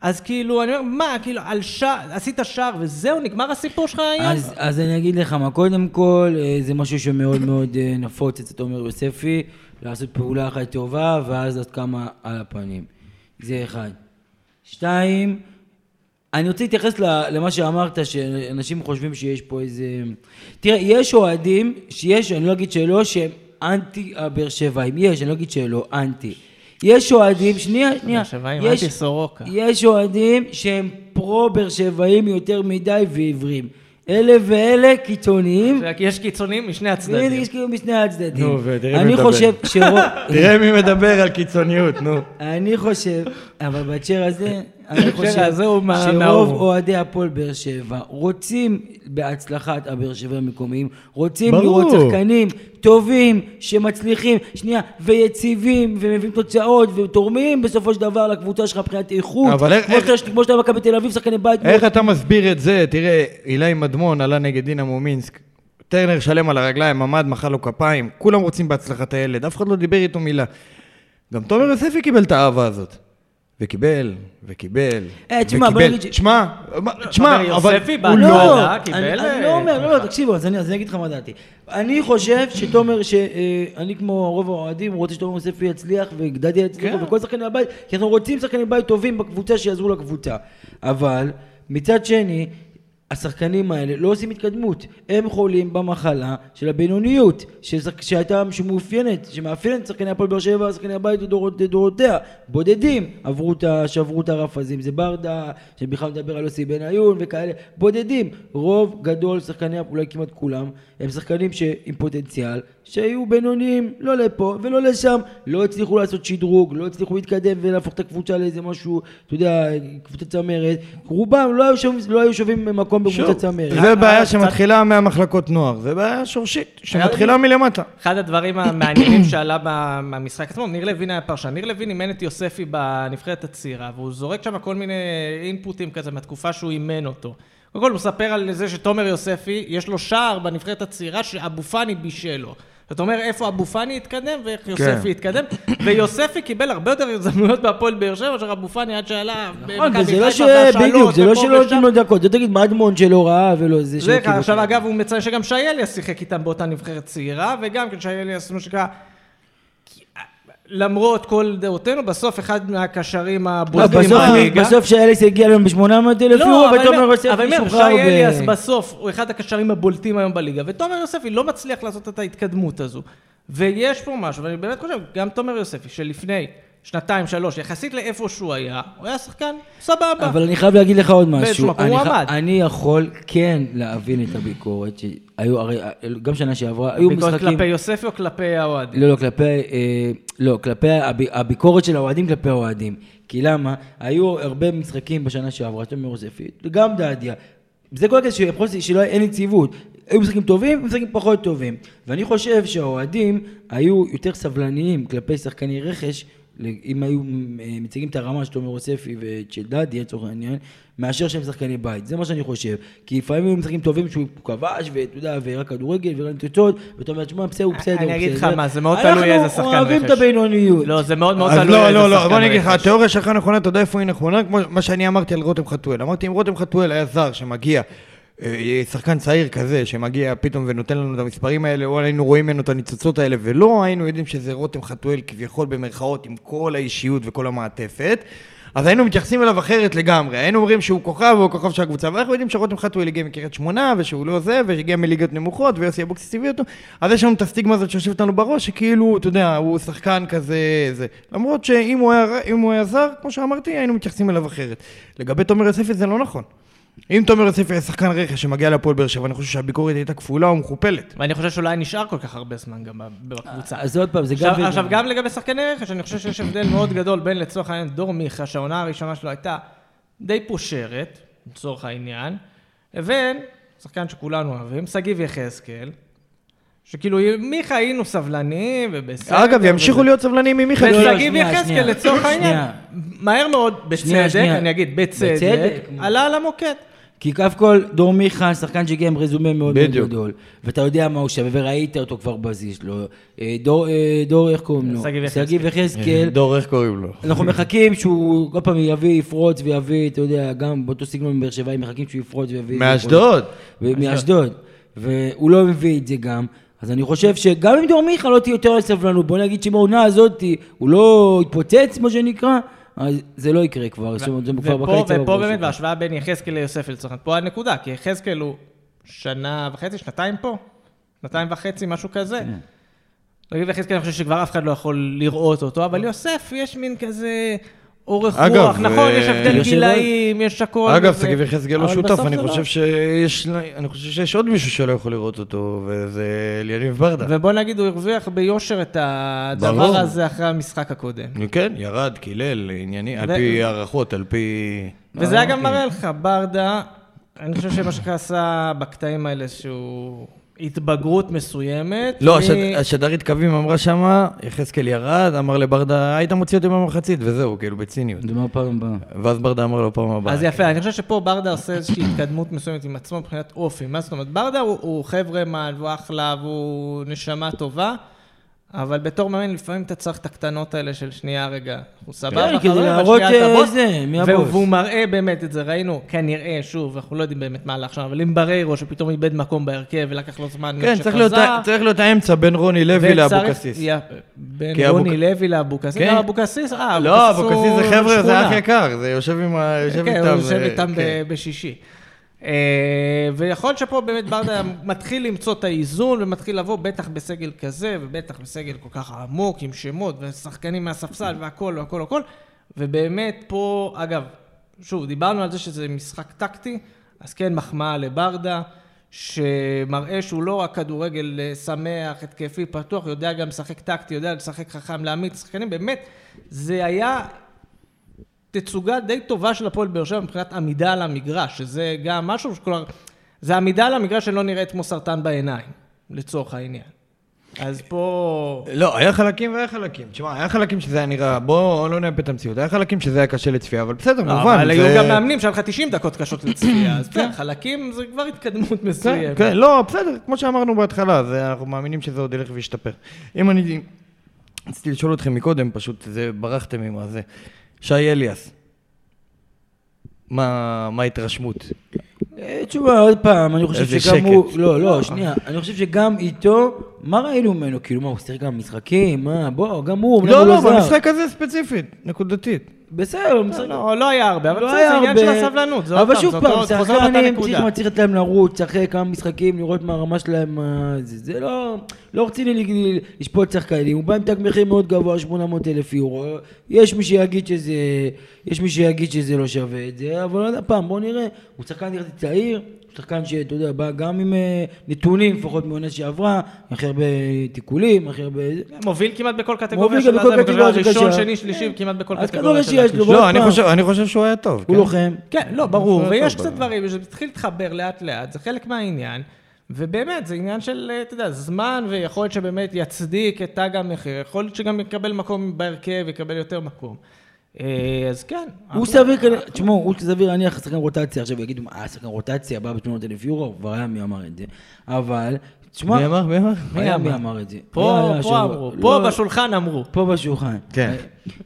אז כאילו, אני אומר, מה, כאילו, על שער, עשית שער וזהו, נגמר הסיפור שלך היום?
אז, אז אני אגיד לך מה, קודם כל, אה, זה משהו שמאוד מאוד אה, נפוץ אצל תומר יוספי, לעשות פעולה אחת טובה, ואז את קמה על הפנים. זה אחד. שתיים, אני רוצה להתייחס ל- למה שאמרת, שאנשים חושבים שיש פה איזה... תראה, יש אוהדים, שיש, אני לא אגיד שלא, שהם אנטי הבאר שבעים. יש, אני לא אגיד שלא, אנטי. יש אוהדים, שנייה, שנייה.
שבעים,
יש-
אנטי סורוקה.
יש אוהדים שהם פרו באר שבעים יותר מדי ועיוורים. אלה ואלה קיצוניים,
יש קיצונים משני
ואלה
הצדדים.
יש כאילו משני הצדדים.
נו, ותראה מי
אני
מדבר.
חושב שרוב...
*laughs* תראה מי מדבר על קיצוניות, נו.
אני חושב, אבל בהקשר
*laughs*
הזה, אני חושב
הזה הוא מה-
שרוב
מההוא.
אוהדי הפועל באר שבע רוצים בהצלחת הבאר שבע המקומיים, רוצים
ברור.
לראות שחקנים טובים, שמצליחים, שנייה, ויציבים, ומביאים תוצאות, ותורמים בסופו של דבר לקבוצה שלך מבחינת איכות.
אבל איך-
כמו
איך-
שאתה- כמו שאתה במכבי תל אביב, שחקני בית.
איך אתה מסביר את זה? תראה, אילי מדמון עלה נגד דינמו מינסק. טרנר שלם על הרגליים, עמד, מחא לו כפיים. כולם רוצים בהצלחת הילד, אף אחד לא דיבר איתו מילה. גם תומר יוספי קיבל את האהבה הזאת. וקיבל, וקיבל,
אה, תשמע, בוא
וקיבל.
נגיד ש-
תשמע, מה-
תומר
תשמע, אבל
יוספי
הוא
בהתחלה
לא...
אה, קיבל,
אני,
אה,
אני לא אומר, לא, לא,
תמיכה.
תקשיבו, אז אני, אז אני אגיד לך מה דעתי. אני חושב שתומר, שאני כמו רוב האוהדים, רוצה שתומר יוספי יצליח, וגדדיה יצליחו,
כן.
וכל שחקני הבית, כי אנחנו רוצים שחקני בית טובים בקבוצה שיעזרו לקבוצה. אבל, מצד שני, השחקנים האלה לא עושים התקדמות, הם חולים במחלה של הבינוניות, ששח- שהייתה שמאופיינת, שמאפיינת את שחקני הפועל באר שבע, שחקני הבית לדורות- לדורותיה, בודדים עברו את ה- שעברו את הרף הזה, אם זה ברדה, שבכלל מדבר על יוסי בניון וכאלה, בודדים, רוב גדול, שחקני, אולי כמעט כולם, הם שחקנים ש- עם פוטנציאל, שהיו בינוניים, לא לפה ולא לשם, לא הצליחו לעשות שדרוג, לא הצליחו להתקדם ולהפוך את הקבוצה לאיזה משהו, אתה יודע, קבוצה צמרת, רובם לא היו שווים, לא היו שווים מקום בקבוצת צמרת.
זה
אה,
בעיה
קצת-
שמתחילה מהמחלקות נוער, זה בעיה שורשית, שמתחילה מלמטה.
אחד הדברים המעניינים שעלה ב- מהמשחק עצמו, ניר לוין היה פרשן. ניר לוין אימן את יוספי בנבחרת הצעירה, והוא זורק שם כל מיני אינפוטים כזה מהתקופה שהוא אימן אותו. קודם כל הוא מספר על זה שתומר יוספי, יש לו שער בנבחרת הצעירה שאבו פאני בישל לו. זאת אומרת, איפה אבו פאני התקדם
כן.
ואיך יוספי התקדם. ויוספי קיבל הרבה יותר הזדמנויות בהפועל באר שבע, מאשר אבו פאני עד שעלה...
נכון,
במכבי
וזה לא ש...
חיפה והשאלות
בדיוק, זה לא
ופה
שלא
ושם.
נותנים לו דקות. זה תגיד, מדמון שלא ראה ולא זה שלא
זה
קיבל.
עכשיו אגב הוא מציין שגם שייליה שיחק איתם באותה נבחרת צעירה וגם כן שייליה עשינו שקרה למרות כל דעותינו בסוף אחד מהקשרים
לא,
הבולטים
בסוף-
בליגה לא,
בסוף שאליס הגיע אלינו ב-800 אלף יורו,
אבל
ותומר
אני אומר-
יוסף
אבל אני אומר,
שוחרר
שי אליאס
ב-
בסוף הוא אחד הקשרים הבולטים היום בליגה, ותומר יוספי לא מצליח לעשות את ההתקדמות הזו. ויש פה משהו, ואני באמת חושב, גם תומר יוספי, שלפני שנתיים, שלוש, יחסית לאיפה שהוא היה, הוא היה שחקן סבבה.
אבל אני חייב להגיד לך עוד
באיזשהו
משהו.
מקום
אני
הוא
ח-
עמד.
אני יכול כן להבין את הביקורת שהיו, הרי גם שנה שעברה, היו
ביקורת
משחקים...
כלפי יוספי או כלפי האוהדים?
לא, לא, כלפי, אה, לא, כלפי הב- הביקורת של האוהדים כלפי האוהדים. כי למה? היו הרבה משחקים בשנה שעברה, תומר יוספי, גם דדיה. זה כל הכסף שיכול להיות שלא היה- אין יציבות. היו משחקים טובים, משחקים פחות טובים. ואני חושב שהאוהדים היו יותר סבלניים כלפי שחקני רכש, ל- אם היו אה, מציגים את הרמה של תומר יוספי ושל דדיה, לצורך העניין, מאשר שהם שחקני בית. זה מה שאני חושב. כי לפעמים היו משחקים טובים שהוא כבש, ואתה יודע, והראה כדורגל, והראה נוצות, ואתה אומר, תשמע, בסדר, הוא בסדר.
אני אגיד לך
בסדר."
מה, זה מאוד תלוי איזה שחקן
אנחנו אוהבים
רכש.
את הבינוניות.
לא, זה מאוד מאוד
אז
תלוי
לא,
איזה
לא, לא,
שחקן
בוא אני אגיד לך,
הוא יהיה.
התיאוריה שלך נכונה, אתה יודע איפה היא נכונה? כמו מה שאני אמרתי על רותם חתואל. אמרתי, אם רותם חתואל היה זר שמגיע, אה, שחקן צעיר כזה, שמגיע פתאום ונותן לנו את המספרים האלה, או היינו רואים ממנו את הניצוצות האלה, ולא היינו יודעים שזה רותם חתואל כביכול במרכאות, עם כל האישיות וכל המעטפת. אז היינו מתייחסים אליו אחרת לגמרי, היינו אומרים שהוא כוכב והוא כוכב של הקבוצה, ואנחנו יודעים שרותם חתואל הגיע מקריית שמונה, ושהוא לא זה, והגיע מליגות נמוכות, ויוסי אבוקסיס הביא אותו, אז יש לנו את הסטיגמה הזאת שיושבת לנו בראש, שכאילו, אתה יודע, הוא שחקן כזה, זה. למרות שאם הוא היה, אם הוא היה זר, כמו שאמרתי, היינו מתייחסים אליו אחרת. לגבי תומר יוספי זה לא נכון. אם תומר יוספי היה שחקן רכש שמגיע להפועל באר שבע, אני חושב שהביקורת הייתה כפולה ומכופלת.
ואני חושב שאולי נשאר כל כך הרבה זמן גם בקבוצה.
אז עוד פעם, זה גם...
עכשיו, עכשיו גם לגבי שחקני רכש, אני חושב שיש הבדל מאוד גדול בין לצורך העניין דור מיכה, שהעונה הראשונה שלו הייתה די פושרת, לצורך העניין, לבין שחקן שכולנו אוהבים, שגיב יחזקאל, שכאילו מיכה היינו סבלניים ובסדר.
אגב, ימשיכו
וזה.
להיות סבלניים עם מיכאל.
לא, לא,
ושגיב
שנייה,
יחזקאל
שנייה.
לצורך העניין,
שנייה.
מהר מאוד, בצדק,
שנייה.
אני אגיד, בצדק,
בצדק.
עלה על המוקד.
כי קודם כל, דור מיכה, שחקן שהגיע עם רזומה מאוד מאוד
בדיוק.
גדול. ואתה יודע מה הוא שווה, וראית אותו כבר בזיז לו. אה, דור, אה, דור, איך קוראים לו?
שגיב יחזקאל.
שגיב יחזקאל.
דור, איך קוראים לו?
אנחנו מחכים שהוא כל פעם יביא, יפרוץ ויביא, אתה יודע, גם באותו סגנון מבאר שבעי, מחכים שהוא יפרוץ ויביא.
מאשדוד.
ו- מאשדוד. והוא לא מביא את זה גם. אז אני חושב שגם אם דור מיכה לא תהיה יותר סבלנות, בוא נגיד שבעונה הזאת הוא לא יתפוצץ, מה שנקרא, אז זה לא יקרה כבר. זאת אומרת, זה כבר
ופה,
בקיץ הבא
ופה
כבר
באמת,
יקרה.
בהשוואה בין יחזקאל ליוספי לצורך העניין, פה הנקודה, כי יחזקאל הוא שנה וחצי, שנתיים פה, שנתיים וחצי, משהו כזה.
כן.
נגיד יחזקאל, אני חושב שכבר אף אחד לא יכול לראות אותו, אבל יוסף, יש מין כזה אורך
אגב,
רוח, נכון,
אה,
יש הבדל
יושב-
גילאים, יש הכל.
אגב,
וזה-
שגיב יחזקאל לא
אבל
שותף,
בסוף
אני
זה לא.
חושב שיש אני חושב שיש עוד מישהו שלא יכול לראות אותו, וזה אליניב ברדה.
ובוא נגיד, הוא הרוויח ביושר את הדבר
ברור.
הזה אחרי המשחק הקודם.
כן, ירד, קילל, ענייני, על
ו-
פי הערכות, על פי...
וזה היה גם מראה לך, ברדה, אני חושב שמה שאתה עשה בקטעים האלה, שהוא התבגרות מסוימת.
לא,
מ-
השד- השדרית קווים אמרה שמה, יחזקאל ירד, אמר לברדה, היית מוציא אותי במחצית, וזהו, כאילו, בציניות.
זה מהפעם הבאה.
ואז ברדה אמר לו פעם הבאה.
אז יפה, אני חושב שפה ברדה עושה איזושהי התקדמות מסוימת עם עצמו מבחינת אופי. מה זאת אומרת? ברדה הוא, הוא חברמן, והוא אחלה, והוא נשמה טובה, אבל בתור מאמן לפעמים אתה צריך את הקטנות האלה של שנייה רגע, הוא סבבה,
כן, כדי
חברים, אבל
להראות,
שנייה אתה
אה,
בוס."
זה, מי
והוא-
הבוס?
והוא מראה באמת את זה, ראינו, כנראה, שוב, אנחנו לא יודעים באמת מה הלך שם, אבל אם בריירו שפתאום איבד מקום בהרכב ולקח לו זמן
כן,
עד
צריך להיות ה-
שחזר,
צריך להיות האמצע בין רוני לוי
וצריך-
לאבוקסיס.
יא- בין
כי
רוני
אבוק-
לוי לאבוקסיס,
כן.
גם אבוקסיס, אה,
לא, אבוקסיס
הוא
זה חבר'ה, זה
שכונה.
אח יקר, זה יושב עם ה... יושב
כן,
איתם,
הוא יושב
זה-
איתם ב-
כן.
בשישי. אה, ויכול להיות שפה באמת ברדה מתחיל למצוא את האיזון ומתחיל לבוא בטח בסגל כזה ובטח בסגל כל כך עמוק עם שמות ושחקנים מהספסל והכל והכל והכל ובאמת פה, אגב, שוב, דיברנו על זה שזה משחק טקטי, אז כן מחמאה לברדה שמראה שהוא לא רק כדורגל אה, שמח, התקפי, פתוח, יודע גם לשחק טקטי, יודע לשחק חכם, להעמיד שחקנים, באמת, זה היה תצוגה די טובה של הפועל באר שבע מבחינת עמידה על המגרש, שזה גם משהו שכלומר, זה עמידה על המגרש שלא נראית כמו סרטן בעיניים, לצורך העניין. אז פה...
אה,
לא, היה חלקים והיה חלקים. תשמע, היה חלקים שזה היה נראה, בואו לא נאבד את המציאות. היה חלקים שזה היה קשה לצפייה, אבל בסדר,
לא,
מובן.
אבל
זה-
היו גם מאמנים שהיה לך 90 דקות קשות לצפייה, אז
כן.
בסדר, חלקים זה כבר התקדמות
כן,
מסוימת.
כן, לא, בסדר, כמו שאמרנו בהתחלה, זה, אנחנו מאמינים שזה עוד ילך וישתפר. אם אני... רציתי לשאול אתכם מקודם, פשוט זה, ברחתם עם הזה. שי אליאס, מה מה ההתרשמות?
אה, תשובה, עוד פעם, אני חושב
איזה
שגם
שקט.
הוא... לא, לא, שנייה. אני חושב שגם איתו, מה ראינו ממנו? כאילו, מה, הוא שיחק גם משחקים? מה, בוא, גם הוא, אמנם
לא,
הוא
לא,
זר.
במשחק הזה ספציפית, נקודתית.
בסדר, במשחק...
לא, לא היה הרבה, אבל
לא
בסדר,
היה
זה עניין של
הרבה.
הסבלנות. זה עוד
אבל
פעם,
שוב
זאת
פעם,
עוד- חוזר לאותה
שחקנים
נקודה.
צריך מצליחת להם לרוץ, לשחק כמה משחקים, לראות מה הרמה שלהם, מה זה, זה לא, לא רציני ל- ל- לשפוט שחקנים, הוא בא עם תג מחיר מאוד גבוה, 800 אלף יורו, יש מי שיגיד שזה, יש מי שיגיד שזה לא שווה את זה, אבל עוד פעם, בוא נראה, הוא שחקן נראה לי צעיר, הוא שחקן שאתה יודע, בא גם עם אה, נתונים, לפחות מעונה שעברה, הכי הרבה תיקולים, הכי הרבה...
מוביל כמעט בכל קטגוריה
מוביל
של
גם בכל
הזה,
קטגוריה של
ראשון,
קשר.
שני, שלישי, כמעט בכל
אז
קטגוריה
כדורגל שיש לו,
הקשר.
בוא,
לא,
עוד
אני
פעם.
חושב- אני חושב שהוא היה טוב.
הוא
כן.
לוחם.
כן, לא, ברור,
לא
ויש
טוב,
קצת
אבל-
דברים, זה מתחיל להתחבר לאט-לאט, זה חלק מהעניין, ובאמת, זה עניין של, אה, אתה יודע, זמן, ויכול להיות שבאמת יצדיק את תג המחיר, יכול להיות שגם יקבל מקום בהרכב, יקבל יותר מקום. אה, אז כן.
הוא סביר כנראה, תשמעו, הוא סביר להניח שחקן רוטציה, עכשיו יגידו, אה, שחקן רוטציה, בא ב-800 אלף יורו, כבר היה מי אמר את זה, אבל, תשמע,
כן. מי אמר? מי אמר?
היה מי אמר את זה.
פה
היה- היה
פה
שבוע-
אמרו,
לא,
פה בשולחן אמרו.
פה בשולחן.
כן.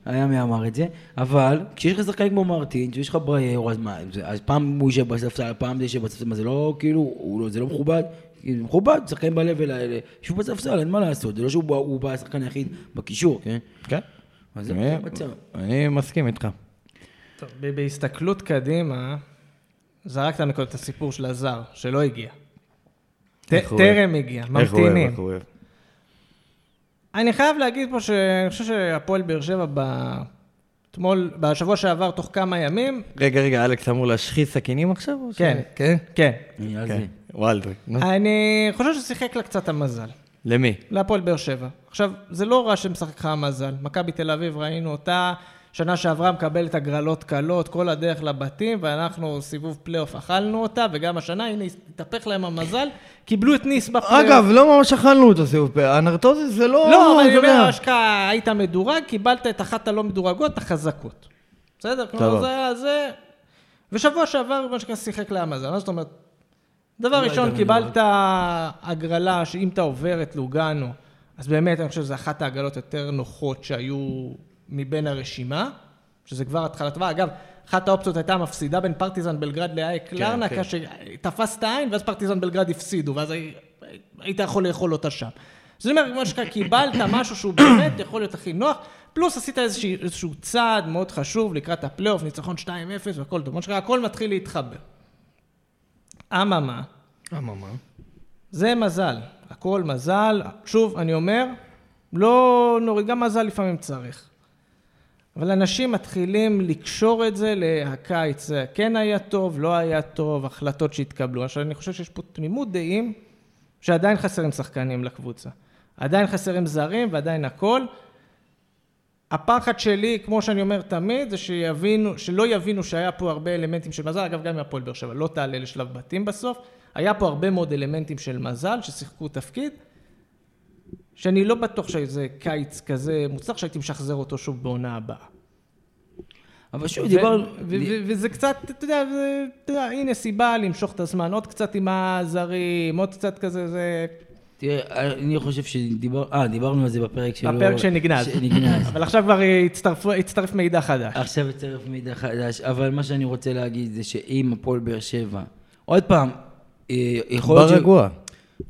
היה מי אמר את זה, אבל כשיש לך שחקן כמו מרטינס, ויש לך בריירו, אז מה, זה- אז פעם הוא יושב בספסל, פעם זה יושב בספסל, מה זה לא, כאילו, הוא לא- זה לא מכובד. כאילו, זה מכובד, שחקן ב-level האלה, שהוא בספסל, אין מה לעשות, זה לא שהוא בא- הוא בא השחקן היחיד בקישור, כן?
כן.
אז זה
אני-
המצב.
כן.
אני מסכים איתך.
טוב, ב- בהסתכלות קדימה, זרקת מקודם את הסיפור של הזר, שלא הגיע. ט-
איך הוא
טרם הגיע,
איך הוא אוהב,
ממתינים.
איך הוא אוהב.
אני חייב להגיד פה שאני חושב שהפועל באר שבע ב... אתמול, בשבוע שעבר, תוך כמה ימים,
רגע, רגע, אלכס אמור להשחיז סכינים עכשיו? או ש-
כן. אה.
כן?
כן.
אני על
כן.
זה.
וואלדרי. נו.
אני חושב ששיחק לה קצת המזל,
למי?
להפועל באר שבע. עכשיו, זה לא רע שמשחק לך המזל. מכבי תל אביב, ראינו אותה שנה שעברה מקבלת הגרלות קלות כל הדרך לבתים, ואנחנו סיבוב פלייאוף אכלנו אותה, וגם השנה, הנה, התהפך להם המזל, קיבלו את ניס בפלייאוף.
אגב, לא ממש אכלנו את הסיבוב, הנרטוזיס זה לא...
לא, אבל אני
אתה יודע.
אומר, אשכרה היית מדורג, קיבלת את אחת הלא מדורגות, החזקות. בסדר? כלומר,
סבבה.
זה היה זה... ושבוע שעבר, מה שנקרא, שיחק למאזן. מה זאת אומרת? דבר ראשון, קיבלת
לא.
הגרלה שאם אתה עובר את לוגאנו, אז באמת, אני חושב שזו אחת ההגרלות יותר נוחות שהיו מבין הרשימה, שזה כבר התחלה טובה. אגב, אחת האופציות הייתה מפסידה בין פרטיזן בלגרד לאייק
כן.
לרנקה, שתפס את העין, ואז פרטיזן בלגרד הפסידו, ואז הי- היית יכול לאכול אותה שם. אז אני אומר, כמו שאתה קיבלת משהו שהוא באמת יכול להיות הכי נוח, פלוס עשית איזושהי- איזשהו צעד מאוד חשוב לקראת הפלייאוף, ניצחון 2-0 והכל טוב. מה שקרה, הכל מתחיל להתחבר. אממה,
אממה.
זה מזל, הכל מזל. שוב, אני אומר, לא נוריד, גם מזל לפעמים צריך. אבל אנשים מתחילים לקשור את זה להקיץ, זה כן היה טוב, לא היה טוב, החלטות שהתקבלו. עכשיו, אני חושב שיש פה תמימות דעים שעדיין חסרים שחקנים לקבוצה. עדיין חסרים זרים ועדיין הכל. הפחד שלי, כמו שאני אומר תמיד, זה שיבינו, שלא יבינו שהיה פה הרבה אלמנטים של מזל, אגב, גם אם הפועל באר שבע לא תעלה לשלב בתים בסוף, היה פה הרבה מאוד אלמנטים של מזל ששיחקו תפקיד, שאני לא בטוח שזה קיץ כזה מוצלח, שהייתי משחזר אותו שוב בעונה הבאה.
אבל שוב,
ו-
דיברנו...
ו- ו- וזה קצת, אתה יודע, זה- אתה יודע, הנה סיבה למשוך את הזמן, עוד קצת עם הזרים, עוד קצת כזה, זה...
תראה, אני חושב שדיבר... אה, דיברנו על זה בפרק שלו.
הפרק שנגנז. *laughs*
שנגנז.
אבל עכשיו כבר אה, הצטרפו- הצטרף מידע חדש.
עכשיו אצטרף מידע חדש, אבל מה שאני רוצה להגיד זה שאם הפועל באר שבע... עוד פעם, אה, יכול להיות... ש-
ברגוע.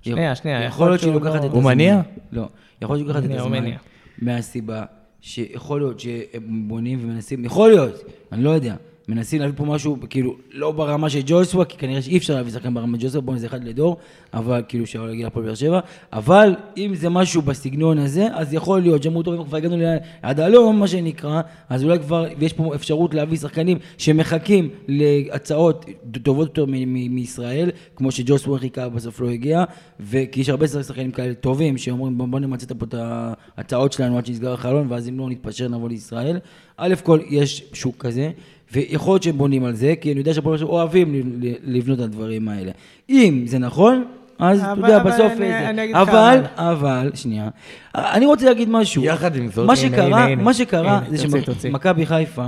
שנייה, שנייה,
יכול להיות שהיא
שהוא
לוקחת את
לא-
הזמן.
הוא מניע?
לא. יכול להיות שהיא לוקחת את
מניע, הוא
הזמן.
מניע.
מהסיבה שיכול להיות שהם בונים ומנסים... יכול להיות, אני לא יודע. מנסים להביא פה משהו, כאילו, לא ברמה של ג'וסווה, כי כנראה שאי אפשר להביא שחקן ברמה של ג'וסווה, בואו נזה אחד לדור, אבל כאילו, אפשר להגיד להפועל באר שבע, אבל אם זה משהו בסגנון הזה, אז יכול להיות, שאמרו טוב, אם כבר הגענו ל- עד הלום, מה שנקרא, אז אולי כבר, ויש פה אפשרות להביא שחקנים שמחכים להצעות טובות יותר מ- מ- מישראל, כמו שג'וסווה חיכה, בסוף לא הגיע, וכי יש הרבה שחקנים כאלה טובים, שאומרים בואו בוא נמצא פה את ההצעות שלנו עד שנסגר החלון, ואז אם לא נתפשר נבוא לישראל. א' כל, יש שוק כזה, ויכול להיות שהם בונים על זה, כי אני יודע שהפועל באר שבע אוהבים ל- ל- לבנות על הדברים האלה. אם זה נכון, אז אתה
אבל-
יודע,
אבל
בסוף
אני- אני
איזה.
אגיד לך
אבל, אבל, שנייה. אני רוצה להגיד משהו.
יחד עם זאת,
מה
הנה,
שקרה,
הנה, הנה.
מה שקרה,
הנה,
זה
תוציא, תוציא.
שמכבי חיפה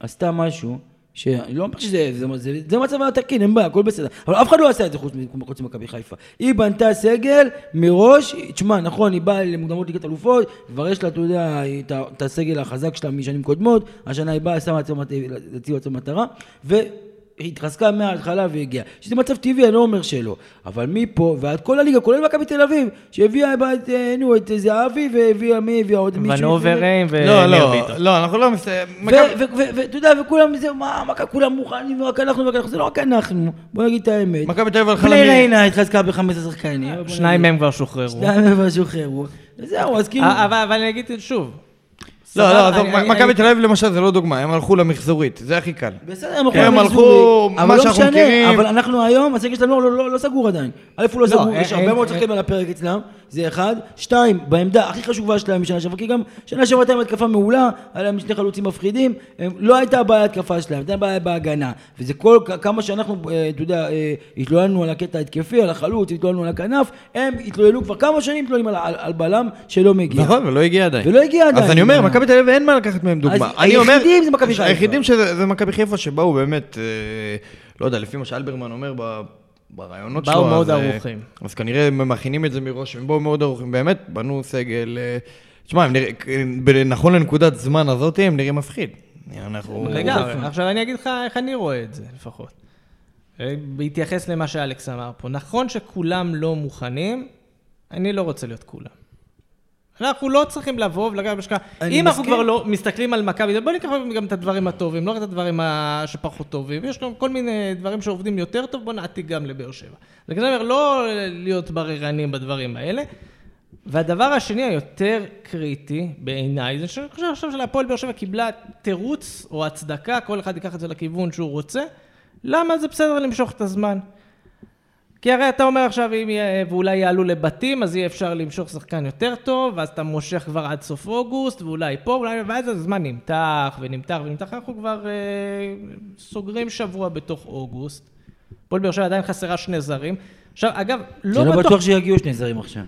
עשתה משהו, שאני לא אומר שזה, זה- זה- זה מצב התקין, אין בעיה, הכל בסדר. אבל אף אחד לא עשה את זה חוץ מ- חוץ ממכבי חיפה. היא בנתה סגל מראש, תשמע, נכון, היא באה למוקדמות ליגת אלופות, כבר יש לה, אתה יודע, את ה- את הסגל החזק שלה משנים קודמות, השנה היא באה, שמה לעצמה- הציבה לעצמה מטרה, ו... היא התחזקה מההתחלה והגיעה. שזה מצב טבעי, אני לא אומר שלא. אבל מפה ועד כל הליגה, כולל מכבי תל אביב, שהביאה, בה את, אה, נו, את זהבי, והביאה, מי הביאה עוד מישהו?
ונוברים ו...
לא,
ניר
לא,
ביטון.
לא, אנחנו לא מס... מכבי-
ואתה יודע, וכולם זה, מה, מה, כולם מוכנים, רק אנחנו, רק אנחנו, זה לא רק אנחנו, בוא נגיד את האמת.
מכבי תל אביב הלכה
בני
למי-
ריינה התחזקה ב-15 שחקנים. בוא
שניים
נגיד.
מהם כבר שוחררו.
שניים מהם כבר שוחררו. וזהו, אז כאילו...
אה, אבל אבל אני אגיד שוב.
לא,
סבבה,
לא, עזוב,
אני- אני-
מכבי
אני-
תל אביב למשל זה לא דוגמה, הם הלכו למחזורית, זה הכי קל.
בסדר, הם
הם
למחזורים,
הלכו,
אבל
מה
לא
שאנחנו
משנה,
מכירים.
אבל אנחנו היום, הסגל שלנו לא- לא- לא סגור עדיין. א', הוא לא
לא,
סגור,
אין-
יש הרבה
אין-
מאוד שחקנים על הפרק אצלם, זה אחד. שתיים, בעמדה הכי חשובה שלהם משנה שעברה, כי גם שנה שעברה הייתה להם התקפה מעולה, היה להם שני חלוצים מפחידים, הם- לא הייתה הבעיה התקפה שלהם, הייתה בעיה בהגנה. וזה כל כ- כמה שאנחנו, אה, אתה יודע, אה, התלוננו על הקטע ההתקפי, על החלוץ, התלוננו על הכנף, הם התלוננו כבר כמה שנים, מתלוננים על- על על בלם שלא מגיע.
נכון, ולא הגיע עדיין.
ולא הגיע
אז
עדיין.
אני
אה.
אומר, כן, מכבי תל אביב אין מה לקחת מהם דוגמה.
אז
אני אומר-
היחידים זה מכבי חיפה.
היחידים שזה זה מכבי חיפה שבאו באמת, אה, לא יודע, לפי מה שאלברמן אומר ב- ברעיונות
באו
שלו.
מאוד
אז, אה,
ערוכים.
אז כנראה הם מכינים את זה מראש, הם באו מאוד ערוכים. באמת, בנו סגל... אה, תשמע, הם נראים- ב- נכון לנקודת זמן הזאת, הם נראים מפחיד.
אה,
אנחנו...
לגמרי. עכשיו אני אגיד לך איך אני רואה את זה לפחות. אה, בהתייחס למה שאלכס אמר פה. נכון שכולם לא מוכנים, אני לא רוצה להיות כולם. אנחנו לא צריכים לבוא ולגעת בשקעה.
אני
אם אנחנו
מסכים.
כבר לא מסתכלים על מכבי, בואו ניקח גם את הדברים הטובים, לא רק את הדברים ה- שפחות טובים. יש גם כל מיני דברים שעובדים יותר טוב, בואו נעתיק גם לבאר שבע. זה כזה אומר, לא להיות בררנים בדברים האלה. והדבר השני היותר קריטי בעיניי, זה שאני חושב עכשיו שלהפועל באר שבע קיבלה תירוץ או הצדקה, כל אחד ייקח את זה לכיוון שהוא רוצה, למה זה בסדר למשוך את הזמן? כי הרי אתה אומר עכשיו, אם יהיה, ואולי יעלו לבתים, אז יהיה אפשר למשוך שחקן יותר טוב, ואז אתה מושך כבר עד סוף אוגוסט, ואולי פה, אולי... ואז הזמן נמתח ונמתח ונמתח, אנחנו כבר אה, סוגרים שבוע בתוך אוגוסט. הפועל באר שבע עדיין חסרה שני זרים. עכשיו, אגב,
זה
לא בטוח...
שיגיעו שני זרים עכשיו.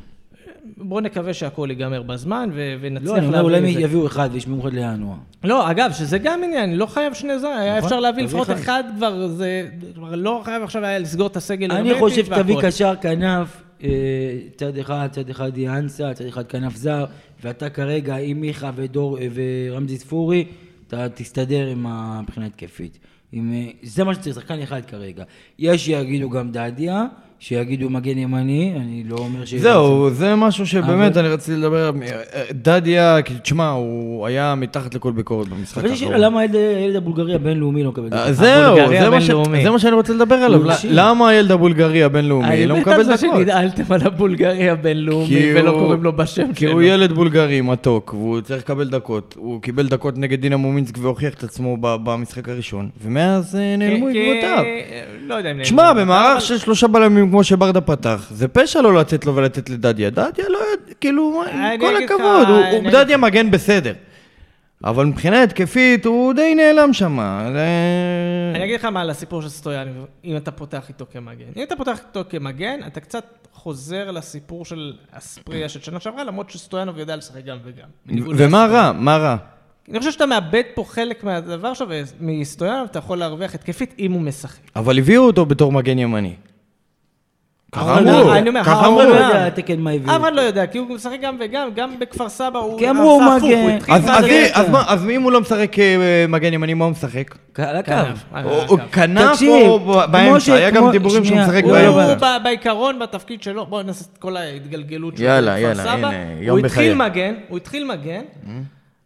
בואו נקווה שהכל ייגמר בזמן, ו- ונצליח
לא, אני אומר,
להביא
אולי
את זה.
יביאו אחד וישמעו אחד לינואר.
לא, אגב, שזה גם עניין, לא חייב שני זרים, היה
נכון,
אפשר להביא
תביא
לפחות
אחד.
אחד כבר, זה... כבר לא חייב עכשיו היה לסגור את הסגל
אני
הרמטית
חושב שתביא
והכל.
קשר כנף, אה, צד אחד, צד אחד יהיה אנסה, צד אחד כנף זר, ואתה כרגע עם מיכה ודור אה, ורמזי ספורי, אתה תסתדר עם ה- מבחינה התקפית. עם, אה, זה מה שצריך, שחקן אחד כרגע. יש שיגידו גם דדיה, שיגידו מגן ימני, אני לא אומר ש...
זהו, זה משהו שבאמת
אבל-
אני רציתי לדבר עליו. דדיה, כי תשמע, הוא היה מתחת לכל ביקורת במשחק
אבל יש שאלה,
האחרון.
למה הילד- הילד הבולגרי הבינלאומי לא מקבל
אה,
דקה?
זהו,
הבולגרי
זה מה ש-
הבינלאומי.
זה מה שאני רוצה לדבר עליו.
הוא אה,
ל-
אישי.
למה הילד הבולגרי הבינלאומי לא מקבל
האמת הזו
דקות?
שננעלתם על הבולגרי הבינלאומי
כי
ולא
הוא-
קוראים לו בשם
כי
שלו.
הוא ילד בולגרי מתוק, והוא צריך לקבל דקות. הוא קיבל דקות נגד דינמו מינסק והוכיח את עצמו ב- במשחק הראשון, ומאז
כן,
אה, נעלמו
כי-
עקבותיו.
לא יודע אם...
תשמע,
נעלמו.
במערך של שלושה בלמים כמו שברדה פתח, זה פשע לא לתת לו ולתת לדדיה. דדיה לא יודע, כאילו, מה,
אני
עם כל
אגיד לך,
הכבוד, הוא- הוא
אני
דדיה מגן בסדר. אבל מבחינה התקפית הוא די נעלם שם.
אני אגיד לך מה על הסיפור של סטויאן, אם אתה פותח איתו כמגן. אם אתה פותח איתו כמגן, אתה קצת חוזר לסיפור של אספריה של שנה שעברה, למרות שסטויאנוב יודע לשחק גם וגם. בניגוד
ומה רע? מה רע?
אני חושב שאתה מאבד פה חלק מהדבר שלו, ומהיסטוריה אתה יכול להרוויח התקפית אם הוא משחק.
אבל הביאו אותו בתור מגן ימני. ככה
אבל
אמרו,
אני אומר,
הוא
ככה אמרו.
לא
העולם-
יודע תקן מה הביאו.
אף אחד לא יודע, כי הוא משחק גם וגם, גם בכפר סבא הוא...
כי אמרו, הוא
עשה הפוך,
מגן.
התחיל
אז-
מה
אז
זה-
מי- אז מה- אז אם הוא לא משחק אה, מגן ימני, מה הוא משחק?
על הקו.
כנף. על
או-
הקו.
או כנף
אה, תקשיב,
או
כמו ש-
באמצע? היה גם
כמו-
דיבורים שהוא
שנייה,
משחק
הוא-
אה, הוא
לא
באמצע.
הבנתי.
ב- בעיקרון, בתפקיד שלו, בואו נעשה את כל ההתגלגלות שלו.
יאללה,
בכפר
יאללה,
סבא.
הנה, יום
הוא התחיל
בחיי.
מגן, הוא התחיל מגן,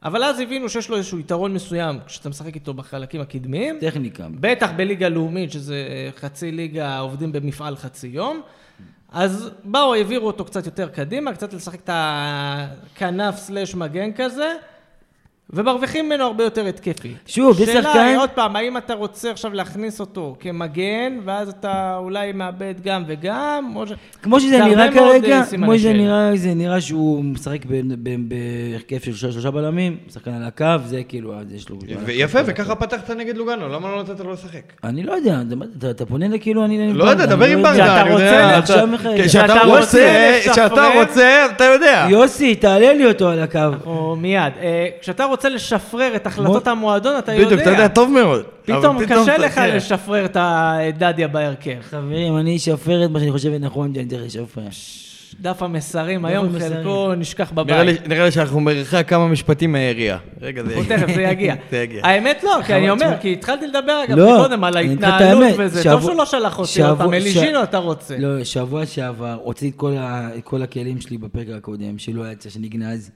אבל אז הבינו שיש לו איזשהו יתרון מסוים כשאתה משחק איתו בחלקים הקדמיים.
טכניקה.
בטח בליגה לאומית, שזה אה, חצי ליגה, עובדים במפעל חצי יום. אז באו, העבירו אותו קצת יותר קדימה, קצת לשחק את הכנף סלאש מגן כזה, ומרוויחים ממנו הרבה יותר התקפי.
שוב, זה
שאלה היא
שחקן-
עוד פעם, האם אתה רוצה עכשיו להכניס אותו כמגן, ואז אתה אולי מאבד גם וגם, או ש...
כמו שזה
זה הרבה
נראה
מאוד, אה,
כרגע,
סימני
כמו שזה
שאלה.
נראה, זה נראה שהוא משחק ב- ב- בהרכב של שלושה- שלושה בלמים, שחקן על הקו, זה כאילו, אז יש לו...
יפה, וככה פתחת נגד לוגנו, למה לא נתת לו לשחק?
אני לא יודע, אתה- אתה- אתה פונה לכאילו, אני...
לא יודע, דבר עם ברדה,
כשאתה
אני יודע.
רוצה,
אתה- כן,
עכשיו מיכאל.
כשאתה
כשאתה
רוצה,
רוצה
כשאתה
לשחרר-
רוצה, אתה יודע.
יוסי, תעלה לי אותו על הקו.
או מיד. אה, כשאתה רוצה לשפרר את החלטות
מו-
המועדון, אתה יודע.
בדיוק, אתה יודע טוב מאוד.
פתאום
אבל
קשה
אתה-
לך
כן.
לשפרר את הדדיה בהרכב.
חברים, אני אשפר את מה שאני חושבת נכון, שאני צריך לשפר.
דף המסרים,
דף
היום
המסרים.
חלקו נשכח
נראה לי-
בבית.
נראה לי שאנחנו מרחק כמה משפטים מהעירייה. רגע, זה
הוא תכף זה יגיע.
*laughs* זה יגיע.
האמת לא, כי אני אומר, כי התחלתי לדבר אגב קודם על
לא, אני אגיד לך את
ההתנהלות
האמת,
וזה.
שבוע-
טוב שהוא לא שלח אותי עוד
שבוע-
פעם, אליג'ינו
ש-
אתה רוצה.
לא, שבוע שעבר, הוציא את כל ה- את כל הכלים שלי בפרק הקודם, שלא היה צריך שנגנז.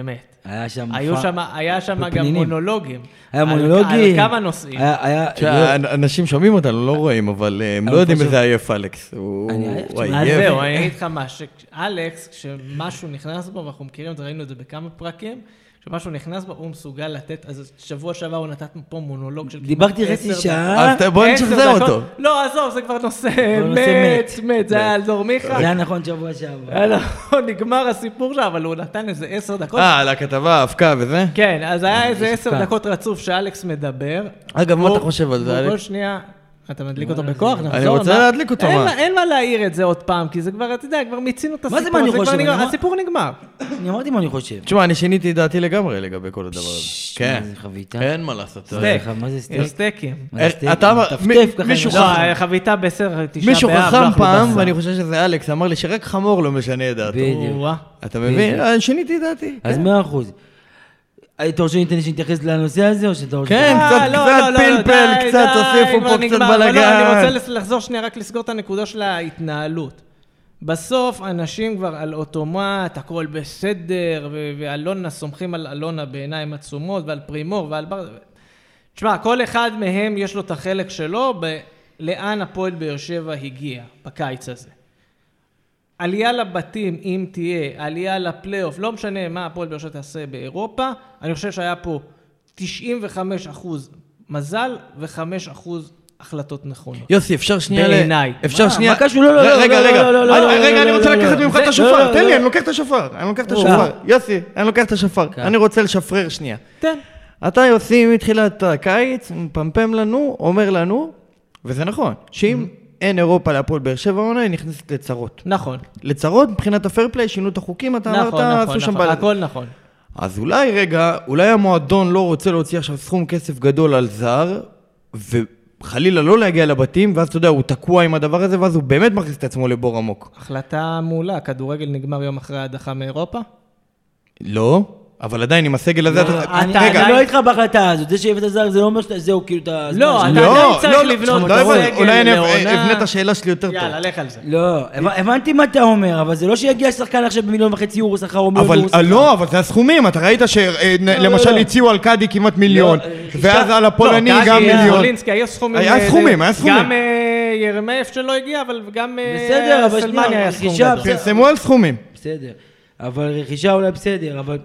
אמת.
היה שם...
היו
פ-
שם- היה שם גם
בפנינים.
מונולוגים.
היה
על-
מונולוגים.
על כמה נושאים.
היה- היה...
תשמע, אנ- אנשים שומעים אותנו, לא רואים, אבל אה, הם לא
אבל
יודעים
פשוט-
איזה עייף אלכס. הוא
אני עייף,
הוא
תשמע,
אז
עייף.
זהו, אני אגיד לך מה, שאלכס, כשמשהו נכנס בו, ואנחנו מכירים את זה, ראינו את זה בכמה פרקים, כשמשהו נכנס בו, הוא מסוגל לתת, אז שבוע שעבר הוא נתן פה מונולוג של כמעט
לא, דיברתי
עשר
חצי
דקות.
שעה.
אז ת- בוא
עשר
נשחזר
דקות.
אותו.
לא, עזוב, זה כבר נושא
נושא
מת, מת, זה היה על דור מיכה.
זה היה נכון שבוע
אה?
שעבר.
היה לא, נגמר הסיפור שלו, אבל הוא נתן איזה עשר דקות.
אה, על הכתבה, האבקה וזה?
כן, אז
אה,
היה איזה עשר
שתקע.
דקות רצוף שאלכס מדבר.
אגב, מה
הוא-
אתה חושב על זה,
הוא
אלכס?
כל שנייה... אתה מדליק אותו בכוח, נחזור.
רוצה
מה-
להדליק אותו,
אין
מה?
אין מה להעיר את זה עוד פעם, כי זה כבר, אתה יודע, כבר מיצינו את
מה
הסיפור.
זה מה אני
כבר
חושב? אני
נגמר,
אמר-
הסיפור נגמר.
אני אמרתי מה אני חושב.
תשמע, אני שיניתי את דעתי לגמרי לגבי כל הדבר הזה.
שמע,
כן.
זה חביתה.
אין מה לעשות. אתה יודע.
סטייק.
מה זה סטייק?
יש סטייקים.
מה זה
אה,
סטייק?
אתה אמר-
מטפטף
מי-
ככה עם
מישהו
השולחן.
לא, חביתה בסר, תשעה
מישהו
באב, לא
חכם
אכלו
פעם,
בשר.
ואני חושב שזה אלכס, אמר לי שרק חמור לא משנה את דעתו.
בדיוק.
או-אה.
אתה מבין? אה, שיניתי את דעתי.
אז מאה אחוז. אה, אתה רוצה שאני שנתייחס לנושא הזה, או שאתה רוצה...
כן.
אה,
קצת-
לא,
קצת
לא, לא,
פלפל,
די,
קצת
די,
הוסיפו
כבר
פה קצת
נגמר. אבל לא,
בלגן.
אני רוצה לס- לחזור שנייה, רק לסגור את הנקודה של ההתנהלות. בסוף אנשים כבר על אוטומט, הכל בסדר, ו- ואלונה, סומכים על אלונה בעיניים עצומות, ועל פרימור, ועל בר... תשמע, כל אחד מהם יש לו את החלק שלו ב- לאן הפועל באר שבע הגיע בקיץ הזה. עלייה לבתים, אם תהיה, עלייה לפלייאוף, לא משנה מה הפועל באר שבע תעשה באירופה, אני חושב שהיה פה 95 אחוז מזל ו-5 אחוז החלטות נכונות.
יוסי, אפשר שנייה... ל-
בעיניי.
אפשר
מה?
שנייה...
מה קשור? לא, לא,
ר-
לא,
רגע,
לא,
רגע.
לא, לא, לא,
אני-
לא,
רגע,
לא,
אני
לא,
רוצה
לא,
לקחת
לא.
ממך
זה-
את
לא,
השופר.
לא,
תן
לא,
לי,
לא.
אני לוקח את השופר. אני לוקח את
או.
השופר. יוסי, אני לוקח את השופר.
כן.
אני רוצה לשפרר שנייה.
תן.
אתה יוסי מתחילת הקיץ, מפמפם לנו, אומר לנו, וזה נכון, שאם
Mm-hmm.
אין אירופה להפועל באר שבע עונה, היא נכנסת לצרות.
נכון.
לצרות מבחינת הפייר פליי, שינו את החוקים, אתה
נכון,
אמרת,
נכון,
עשו שם
נכון,
בלאגן.
הכל נכון.
אז אולי רגע, אולי המועדון לא רוצה להוציא עכשיו סכום כסף גדול על זר, וחלילה לא להגיע לבתים, ואז אתה יודע, הוא תקוע עם הדבר הזה, ואז הוא באמת מכניס את עצמו לבור עמוק.
החלטה מעולה, הכדורגל נגמר יום אחרי ההדחה מאירופה?
לא, אבל עדיין עם הסגל הזה,
לא,
אתה...
אני
רגע.
אני לא איתך בהחלטה הזאת, זה שהבאת זר זה לא אומר שאתה זהו, כאילו אתה...
לא,
הזמן
אתה
שלך.
עדיין צריך לבנות
לא הבנתי,
סגל
אולי אני
לעונה.
אבנה את השאלה שלי יותר טוב.
יאללה, לך על זה.
לא, הב- הבנתי מה אתה אומר, אבל זה לא שיגיע שחקן עכשיו במיליון וחצי יורו שכר או מיליון
אבל
יורו שכר.
לא, אבל זה הסכומים, אתה ראית
לא,
שלמשל
לא.
הציעו על קאדי כמעט מיליון,
לא, אה,
ואז על הפולני
לא,
גם
גיא,
מיליון.
זולינסקי, היו סכומים.
היה
אה,
סכומים,
זה-
היה סכומים.
גם אה, ירמייף שלא הגיע, אבל גם אה,
בסדר, אבל
סלמני
שנייה,
היה סכום
רכישה,
גדול.
פרסמו על סכומים.
בסדר. אבל רכישה אולי בסדר, אבל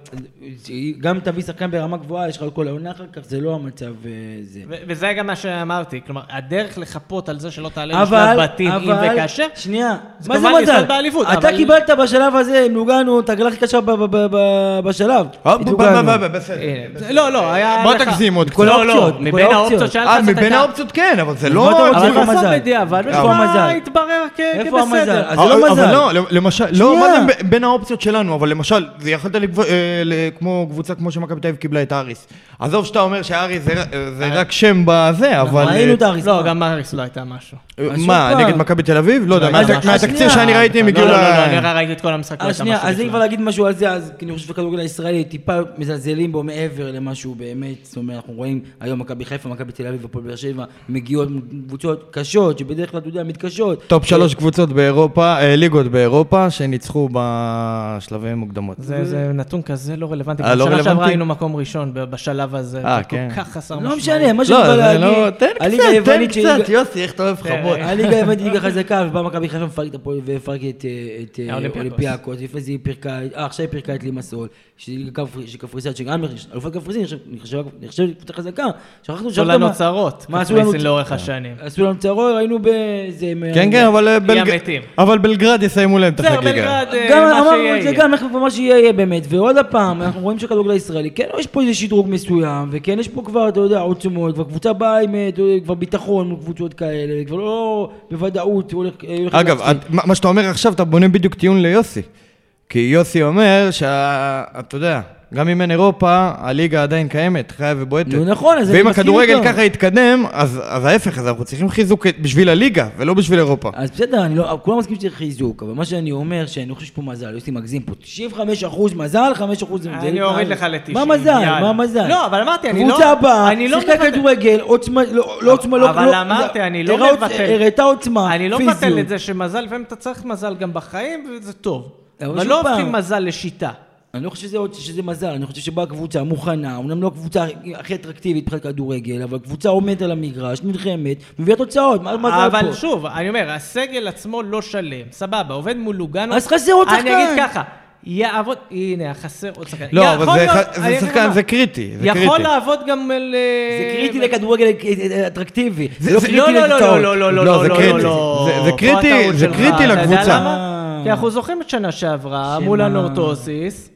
גם תביא שחקן ברמה גבוהה, יש לך כל העונה אחר כך, זה לא המצב אה, זה.
ו- וזה גם מה שאמרתי, כלומר, הדרך לחפות על זה שלא תעלה לשלב
אבל,
בתים, אם
אבל,
וכאשר,
שנייה,
זה
מה זה
כמובן
מזל?
ניסיון באליפות,
אתה
אבל-
קיבלת בשלב הזה עם לוגנו, את הגלה הכי קשה ב- ב- ב- ב- בשלב.
אה,
את לוגנו. אה,
בסדר.
הנה, זה- לא, לא, היה...
בוא
לך-
תגזים עוד קצת.
כל
לא, לא,
האופציות, כל
מבין האופציות
האופציות.
שהיה לך
אה,
זאת
מבין
הייתה-
האופציות כן, אבל זה
אז מה אתה
לא...
רוצה?
אבל
איפה
בסוף
המזל?
בדיעבד,
איפה המזל?
ושמע, התברר כ-
איפה המזל?
כבסדר.
אז זה לא
אבל- אבל
מזל.
לא, למשל, לא, מה
שנייה.
זה ב- בין האופציות שלנו, אבל למשל, זה יכולת לגב- אה, ל- כמו קבוצה כמו שמכבי תל אביב קיבלה את האריס. עזוב שאתה אומר שהאריס זה ר- אה, זה רק שם בזה, אבל... אה,
ראינו את האריסמה.
לא, גם מאריס לא הייתה משהו.
אז שוב
מה,
פעם.
נגד מכבי תל אביב? לא יודע,
לא,
מה-
אז-
מהתקציר
אז
שאני
שנייה.
ראיתי הם
לא,
הגיעו
לא,
ל...
לא, לא, אני ראיתי את כל המשחק, לא
אז
הייתה
אה, שנייה,
משהו
אז אם כבר
בכלל.
להגיד משהו על זה, אז כי אני חושב שהכדורגל הישראלי טיפה מזלזלים בו מעבר למה שהוא באמת, זאת אומרת, אנחנו רואים היום מכבי חיפה, מכבי תל אביב והפועל באר שבע, מגיעות קבוצות קשות, שבדרך כלל, אתה יודע, מתקשות.
טופ שלוש קבוצות באירופה, אה, ליגות באירופה, שניצחו בשלבי מוקדמות.
זה זה נתון כזה לא רלוונטי.
אה,
גם
לא
שנה שעברה
רלוונטי?
היינו מקום ראשון ב- בשלב הזה.
אה,
זה
כן.
כל כך חסר
לא
משמעות.
משנה, מה
לא,
שאני בא
זה
להגיד,
לא- תן
הליגה
קצת, תן
היוונית שהיא אה,
קצת,
ליגה-
יוסי, איך אתה אוהב
תראה,
חבות.
הליגה היוונית היא ליגה חזקה, ובאה מכבי חיפה מפרקת הפועל ופרקת את אה,
האולימפיאקוס.
אולימפיאקוס, לפני זה היא פירקה, אה, עכשיו היא פירקה את לימסול, שקפריסין, שגם אלופת קפריסין נחשבה נחשבת קבוצה חזקה, שכחנו שם
עשו לנו צרות,
מה עשו לנו
קפריסין
אה.
לאורך השנים.
עשו לנו צרות, היינו באיזה...
כן,
אה,
כן, אבל... בלג-
המתים.
אבל בלגרד יסיימו להם את
בסדר,
החגיגה.
בלגרד, אה,
גם
מה
אמרנו
שיהיה
את זה
יהיה.
גם, אנחנו מה שיהיה יהיה באמת, ועוד הפעם, אנחנו רואים שהכדורגל הישראלי, כן יש פה איזה שדרוג מסוים, וכן יש פה כבר, אתה יודע, עוצמות, והקבוצה באה עם אה, אתה יודע, כבר ביטחון מול קבוצות כאלה, כבר לא בוודאות, הוא הולך... אה, הולך
אגב,
להפסיד.
את- מה מה שאתה אומר עכשיו, אתה בונה בדיוק טיעון ליוסי. כי יוסי אומר שה... אתה יודע, גם אם אין אירופה, הליגה עדיין קיימת, חיה ובועטת.
נו, נכון, אז אני
ואם
מסכים
הכדורגל
איתו.
ככה יתקדם, אז אז ההפך, אז אנחנו צריכים חיזוק בשביל הליגה, ולא בשביל אירופה.
אז בסדר, אני לא, כולם מסכימים שצריך חיזוק, אבל מה שאני אומר, שאני חושב שפה מזל, יוסי מגזים פה, 95% מזל, 5% זה מזל.
אני אוריד לך ל-90.
אה, מה מזל? מה מזל?
לא, אבל אמרתי, אני לא...
קבוצה הבאה,
אני לא
שיחקה
מבטל-
כדורגל, עוצמה, לא לא עוצמה, לא...
אבל
לא-
אמרתי, אני לא
הראה עוצ-
מבטל.
הראתה עוצמה,
אני לא
פיזיות.
מבטל את זה שמזל, לפעמים אתה צריך מזל גם בחיים, וזה טוב.
אבל
אבל
שוב
לא
פעם-
הופכים מזל לשיטה.
אני לא חושב שזה, עוד- שזה מזל, אני חושב שבאה קבוצה מוכנה, אמנם לא הקבוצה הכי אטרקטיבית מבחינת כדורגל, אבל קבוצה עומדת על המגרש, נלחמת, מביאה תוצאות, מה מזל פה?
אבל שוב, אני אומר, הסגל עצמו לא שלם, סבבה, עובד מול לוגנו.
אז חסר עוד
אני
שחקן.
אגיד ככה, יעבוד, הנה, חסר עוד שחקן.
לא, אבל
יכול
זה
להיות-
ח- זה
אני אגיד לך
שחקן,
מה.
זה כאילו קריטי, זה
יכול
קריטי.
לעבוד גם על... אה,
זה קריטי לכדורגל אטרקטיבי, זה
זה-
לא
זה-
קריטי
לא, לא, לא,
לתוצאות.
לא, לא, לא, לא,
לא,
לא,
זה
לא,
קריטי.
לא.
זה- זה
פה
קריטי,
הטעות
זה
שלך.
קריטי
אתה יודע
לקבוצה.
למה? כי אנחנו זוכרים את שנה שעברה,
שמה?
מול הנורטוסיס,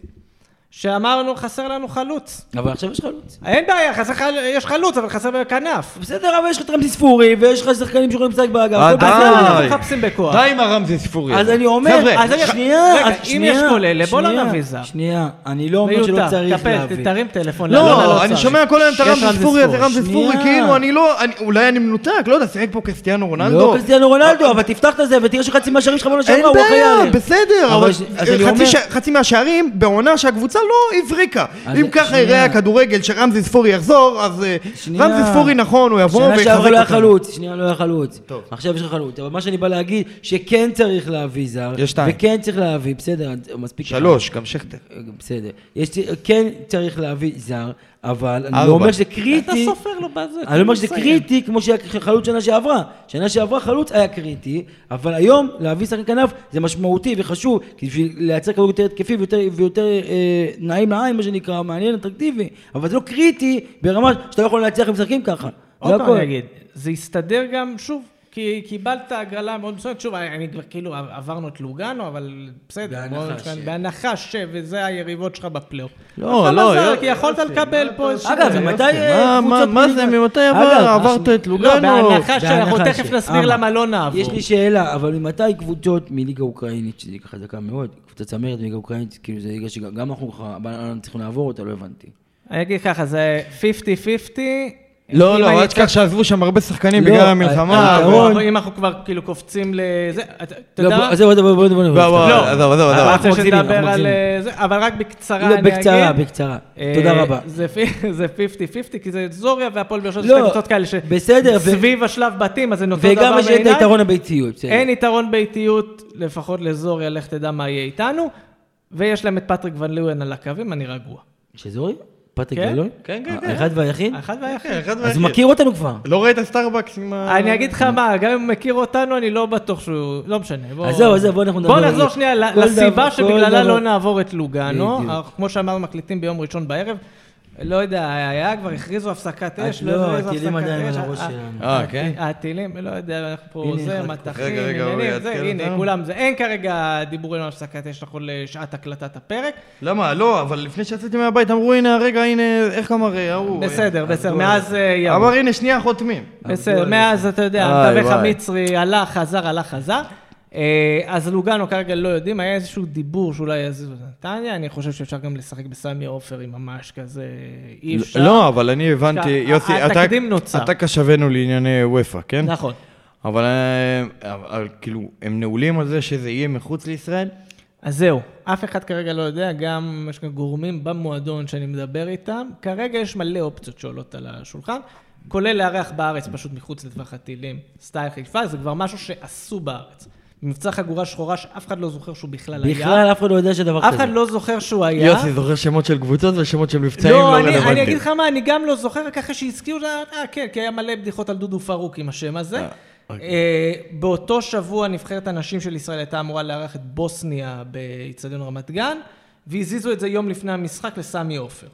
שאמרנו, חסר לנו חלוץ.
אבל עכשיו יש חלוץ.
אין בעיה, חסר חל- יש חלוץ, אבל חסר כנף.
בסדר, אבל יש לך את רמזי ספורי, ויש לך שחקנים שיכולים לשחק באגף.
אה,
הכל
די.
בסדר.
אז אנחנו מחפשים בכוח.
די עם הרמזי ספורי.
אז
הזה.
אני אומר,
חבר'ה,
אז רגע,
אה, ח-
שנייה,
רגע,
אז
אם
שנייה,
יש כל אלה, בוא לא
שנייה,
נביא זר.
שנייה, אני לא אומר שלא
מיותר,
צריך
טפל,
להביא.
תרים טלפון. לאלונה
לא, אני
לוצרי.
שומע כל היום את
יש
הרמזי ספורי הזה,
ספורי.
רמזי ספורי,
שנייה.
כאילו, אני לא, אני- אולי אני מנותק, לא יודע, שיחק פה קריסטיאנו רונלדו. אה,
לא קריסטיאנו רונלדו, אבל תפתח את זה ותראה שחצי מהשערים שלך בעונה
אין
שעברה, הוא אחראי
בעיה,
עליהם.
בסדר,
אבל
אבל
ש- אז אני אומר-
חצי ש- חצי מהשערים בעונה שהקבוצה לא הבריקה.
אז
אם ככה
שנייה.
יראה הכדורגל שרמזי ספורי יחזור, אז אה,
שנייה.
רמזי ספורי נכון, הוא יבוא
שנה שעברה לא היה
ויחזק אותנו.
חלוץ, שנייה לא היה חלוץ.
טוב.
עכשיו יש לך חלוץ, אבל מה שאני בא להגיד, שכן צריך להביא זר.
יש שתיים.
וכן צריך להביא, בסדר, מספיק. אחד.
שלוש, גם שכטר.
בסדר. יש, כן צריך להביא זר, אבל אני
ארבע.
לא אומר שזה קריטי.
אתה סופר לו בזה.
אני לא אומר שזה
תסיים.
קריטי כמו שהיה חלוץ שנה שעברה. שנה שעברה חלוץ היה קריטי, אבל היום להביא שחקן כנף זה משמעותי וחשוב, כי בשביל לייצר כדור יותר התקפי ויותר, ויותר אה, נעים לעין, מה שנקרא, מעניין, אטרקטיבי, אבל זה לא קריטי ברמה שאתה לא יכול להצליח עם משחקים ככה.
עוד
זה
פעם
הכל.
אני אגיד, זה הסתדר גם, שוב, כי קיבלת הגרלה מאוד מסוימת, שוב, אני אני כבר כאילו עברנו את לוגאנו, אבל בסדר,
בהנחה
בוא נשמע,
ש-
בהנחה ש... וזה היריבות שלך בפלייאוף.
לא,
אתה
לא,
מזל,
יוסי,
כי יכולת
לא
לקבל פה איזשהו...
אגב, ומתי... אה,
אוקיי, מה- מה-
קבוצות
מה
ליגה-
זה, ממתי
אגב,
עבר? עברת
השני-
את
לא,
לוגנו?
בהנחה שאנחנו
בהנחה
תכף
ש-
נסביר
אמה,
למה לא נעבור.
יש לי שאלה, אבל ממתי קבוצות מליגה אוקראינית, שהיא ליגה חזקה מאוד, קבוצה צמרת מליגה אוקראינית, כאילו זו ליגה שגם גם אנחנו ככה, אבל אנחנו צריכים לעבור אותה, לא הבנתי.
אני אגיד ככה, זה 50-50.
לא,
אם
לא,
אני
אל
צריך-
תשכח שעזבו שם הרבה שחקנים
לא,
בגלל
ה-
המלחמה.
אבל
ו-
ירון.
אם אנחנו כבר כאילו קופצים לזה, אתה- אתה
לא,
יודע
בוא,
מה?
אז זהו, בוא, בוא, בוא, בוא,
וואו,
בוא.
וואו,
לא,
עזוב, עזוב,
אבל
עזוב.
אני רוצה
אנחנו
שנדבר
מגזימים,
על
אנחנו
אה, זה, אבל רק בקצרה
לא,
אני אגיד.
בקצרה, בקצרה.
אה,
תודה רבה.
זה פי- *laughs* זה 50-50, כי זה זוריה והפועל באר שבע, זה
לא,
שתי קבוצות כאלה ש-
בסדר, ו-
סביב השלב בתים, אז זה נותן דבר
וגם יש את
בעיניי.
היתרון כן. הביתיות, בסדר.
אין יתרון באיטיות, לפחות לזוריה, לך תדע מה יהיה איתנו. ויש להם את פטריק ון לואן על הקווים, אני רגוע.
שזורי? פטריק
כן?
גלאון?
כן, כן, כן.
האחד והיחיד?
האחד והיחיד.
כן, אחד
אז
והיחיד.
הוא מכיר אותנו כבר.
לא ראית סטארבקס עם ה...
אני אגיד לך מה, גם אם הוא מכיר אותנו, אני לא בטוח שהוא... לא משנה. בוא-
אז זהו, אז זהו, בוא אנחנו
בוא
נדבר-
נחזור שנייה ל-
כל
לסיבה
דבר- כל
שבגללה
דבר-
לא נעבור את לוגאנו.
בדיוק.
אנחנו, כמו שאמרנו, מקליטים ביום ראשון בערב. לא יודע, היה כבר הכריזו הפסקת אש,
לא,
הכריזו
הטילים
הפסקת
עדיין
אש,
על הראש
אה,
שלנו.
אה, כן?
הטילים, לא יודע, אנחנו פה
הנה,
זה,
אחד
מטחים,
רגע, רגע,
עניינים,
אורי,
זה,
יעדכן
הנה,
אותנו.
כולם זה. אין כרגע דיבורים על הפסקת אש נכון לשעת הקלטת הפרק.
למה? לא, אבל לפני שיצאתי מהבית אמרו, הנה, רגע, הנה, איך אמר אה, ההוא? אה,
בסדר, בסדר, מאז אה, ירו.
אמר, הנה, שנייה חותמים.
בסדר, מאז אתה יודע,
איי,
המתווך
וואי.
המצרי הלך, חזר, הלך, חזר. אה, אז לוגנו כרגע לא יודעים, היה איזשהו דיבור שאולי יעזוב את נתניה, אני חושב שאפשר גם לשחק בסמי עופר עם ממש כזה, אי אפשר.
לא, אבל אני הבנתי,
שה-
יוסי, אתה-
התקדים נוצר.
אתה קשבנו לענייני וופא, כן?
נכון.
אבל אה, אבל כאילו, הם נעולים על זה שזה יהיה מחוץ לישראל?
אז זהו, אף אחד כרגע לא יודע, גם יש כאן גורמים במועדון שאני מדבר איתם, כרגע יש מלא אופציות שעולות על השולחן, כולל לארח בארץ, פשוט מחוץ לטווח הטילים, סטייל חיפה, זה כבר משהו שעשו בארץ. מבצע חגורה שחורה שאף אחד לא זוכר שהוא בכלל היה.
בכלל אף אחד לא יודע שדבר כזה.
אף אחד לא זוכר שהוא היה.
יוסי זוכר שמות של קבוצות ושמות של מבצעים לא
לא,
רלוונטיים.
אני, אני אגיד לך מה, אני גם לא זוכר, רק אחרי שהזכירו, זה, אה, כן, כי היה מלא בדיחות על דודו פרוק עם השם הזה.
אוקיי.
אה, באותו שבוע נבחרת הנשים של ישראל הייתה אמורה לארח את בוסניה באיצטדיון רמת גן. והזיזו את זה יום לפני המשחק לסמי עופר.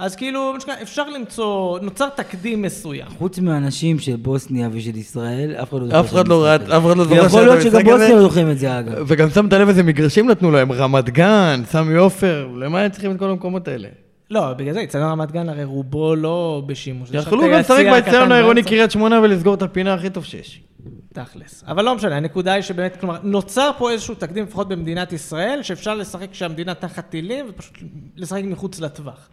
אז כאילו, מה שנקרא, אפשר למצוא, נוצר תקדים מסוים.
חוץ מהאנשים של בוסניה ושל ישראל, אף אחד לא
אף אחד לא ראה- אף אחד לא זוכר
ויכול
שהיה
להיות
את המשחק
שגם בוסניה
הזה. אה,
לא זוכרים את זה, אגב.
וגם שמת לב איזה מגרשים נתנו להם, רמת גן, סמי עופר, למה הם צריכים את כל המקומות האלה?
לא, בגלל זה יצטרך רמת גן, הרי רובו לא בשימוש. יש לך
יכלו
את
גם לשחק
היציע הקטן
באצטדיון העירוני
באמצע.
קריית שמונה ולסגור את הפינה הכי טוב שיש.
תכלס. אבל לא משנה, הנקודה היא שבאמת, כלומר, נוצר פה איזשהו תקדים, לפחות במדינת ישראל, שאפשר לשחק כשהמדינה תחת טילים, ופשוט לשחק מחוץ לטווח.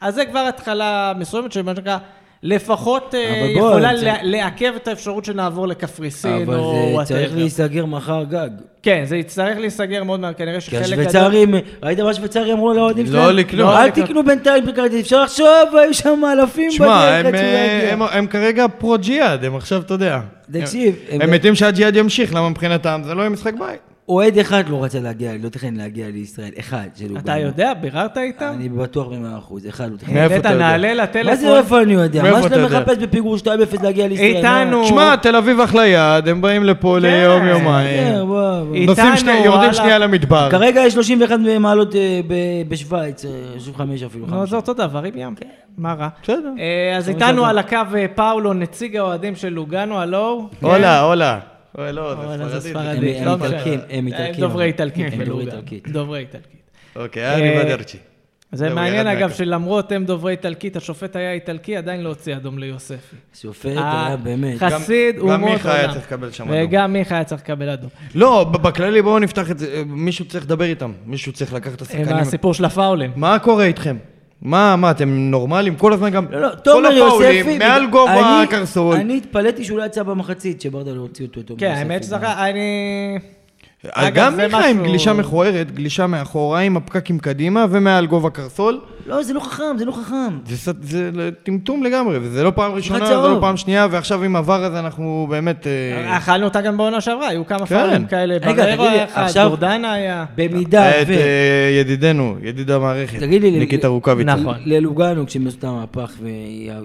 אז זה כבר התחלה מסוימת, שמה שנקרא, לפחות אה,
אבל בוא,
יכולה
זה-
לה- לעכב את האפשרות שנעבור לקפריסין,
אבל
או
זה צריך
וואטאבר.
להיסגר מחר גג.
כן, זה יצטרך להיסגר מאוד מהר, כנראה
כי
שחלק גדול...
השוויצרים, ראית מה השוויצרים אמרו לאוהדים
לא
שלהם?
לקנות.
אל
לא לקנות.
תקנו בינתיים בכרטיס, אפשר לחשוב, היו שם אלפים
שמע,
בדרך
הם,
עד שהוא
אה,
יגיע.
הם, הם כרגע פרו-ג'יהאד, הם עכשיו, אתה יודע.
תקשיב, הם-
הם, הם מתים שהג'יהאד ימשיך, למה מבחינתם זה לא יהיה משחק בית.
אוהד אחד לא רצה להגיע, לא תכנן להגיע לישראל, אחד של אוגנדה.
אתה יודע, ביררת איתם?
אני בטוח במאה אחוז, אחד לא תכנן.
מאיפה
העלית
אתה יודע?
נעלה
מה זה
לטלפון.
איפה אני יודע?
מאיפה
מה
אתה
שאתה
יודע?
מחפש בפיגור 2-0 להגיע לישראל?
איתנו. נו. כן,
שמע, תל אביב אחלה יעד, הם באים לפה ליום
מה?
יומיים.
כן, וואו, וואו.
נוסעים
איתנו,
שני, יורדים
וואלה.
שנייה למדבר.
כרגע יש 31 מעלות אה, ב- בשוויץ, אה, 35 אפילו.
נו, לא, זה אותו דבר, עם ים. מה רע?
בסדר.
אה, אז
כן. חמישה
איתנו
דקות.
על הקו אה, פאולו, נציג האוהדים של לוגאנו, הלו.
הולה, הולה. אוי, לא,
כן. אבל
זה
זה
ספרדית.
ספרדית.
הם
לא
איטלקים,
משנה.
הם איטלקים,
דוברי
אבל.
איטלקית.
הם
בלוגאנו.
דוברי איטלקית.
דוברי איטלקית.
אוקיי, אני
אה,
בדרצ'י.
זה
זהו,
מעניין
ירד
אגב,
מהקו.
שלמרות הם דוברי איטלקית, השופט היה איטלקי, עדיין לא הוציא אדום ליוספי.
שופט
אה,
היה באמת.
חסיד,
גם-
אומות
גם
עולם.
מיכה היה צריך לקבל שם אדום.
וגם מיכה היה צריך לקבל אדום.
לא, ב- בכללי בואו נפתח את זה, אה, מישהו צריך לדבר איתם, מישהו צריך לקחת את
עם
השחקנים.
אה, הסיפור של הפאולים.
מה קורה איתכם? מה, מה, אתם נורמלים? כל הזמן גם...
לא, לא,
כל
תומר יוספי...
הפאולים, מעל גובה
אני-
הקרסול.
אני התפלאתי שהוא לא יצא במחצית, שברדה לא הוציא אותו. לא, תומר
כן,
יוספי.
האמת שזה... אני...
אה,
אגב,
גם
זה
מיכה עם
משהו-
גלישה מכוערת, גלישה מאחורה עם הפקקים קדימה ומעל גובה קרסול.
לא, זה לא חכם, זה לא חכם.
זה ס- זה טמטום לגמרי, וזה לא פעם ראשונה, זה
צהוב.
לא פעם שנייה, ועכשיו עם עבר הזה אנחנו באמת... אה,
אכלנו אותה גם בעונה שעברה, היו כמה
כן.
פאולים כאלה.
רגע,
בררו
תגיד לי,
היה אחד,
עכשיו-
גורדנה היה.
במידה
את
ו...
אה, ידידנו, ידיד המערכת,
תגיד לי,
כן. ניקיטה
ל-
רוקאביצה. כן.
נכון.
ללוגאנו, כשהם יעשו את המהפך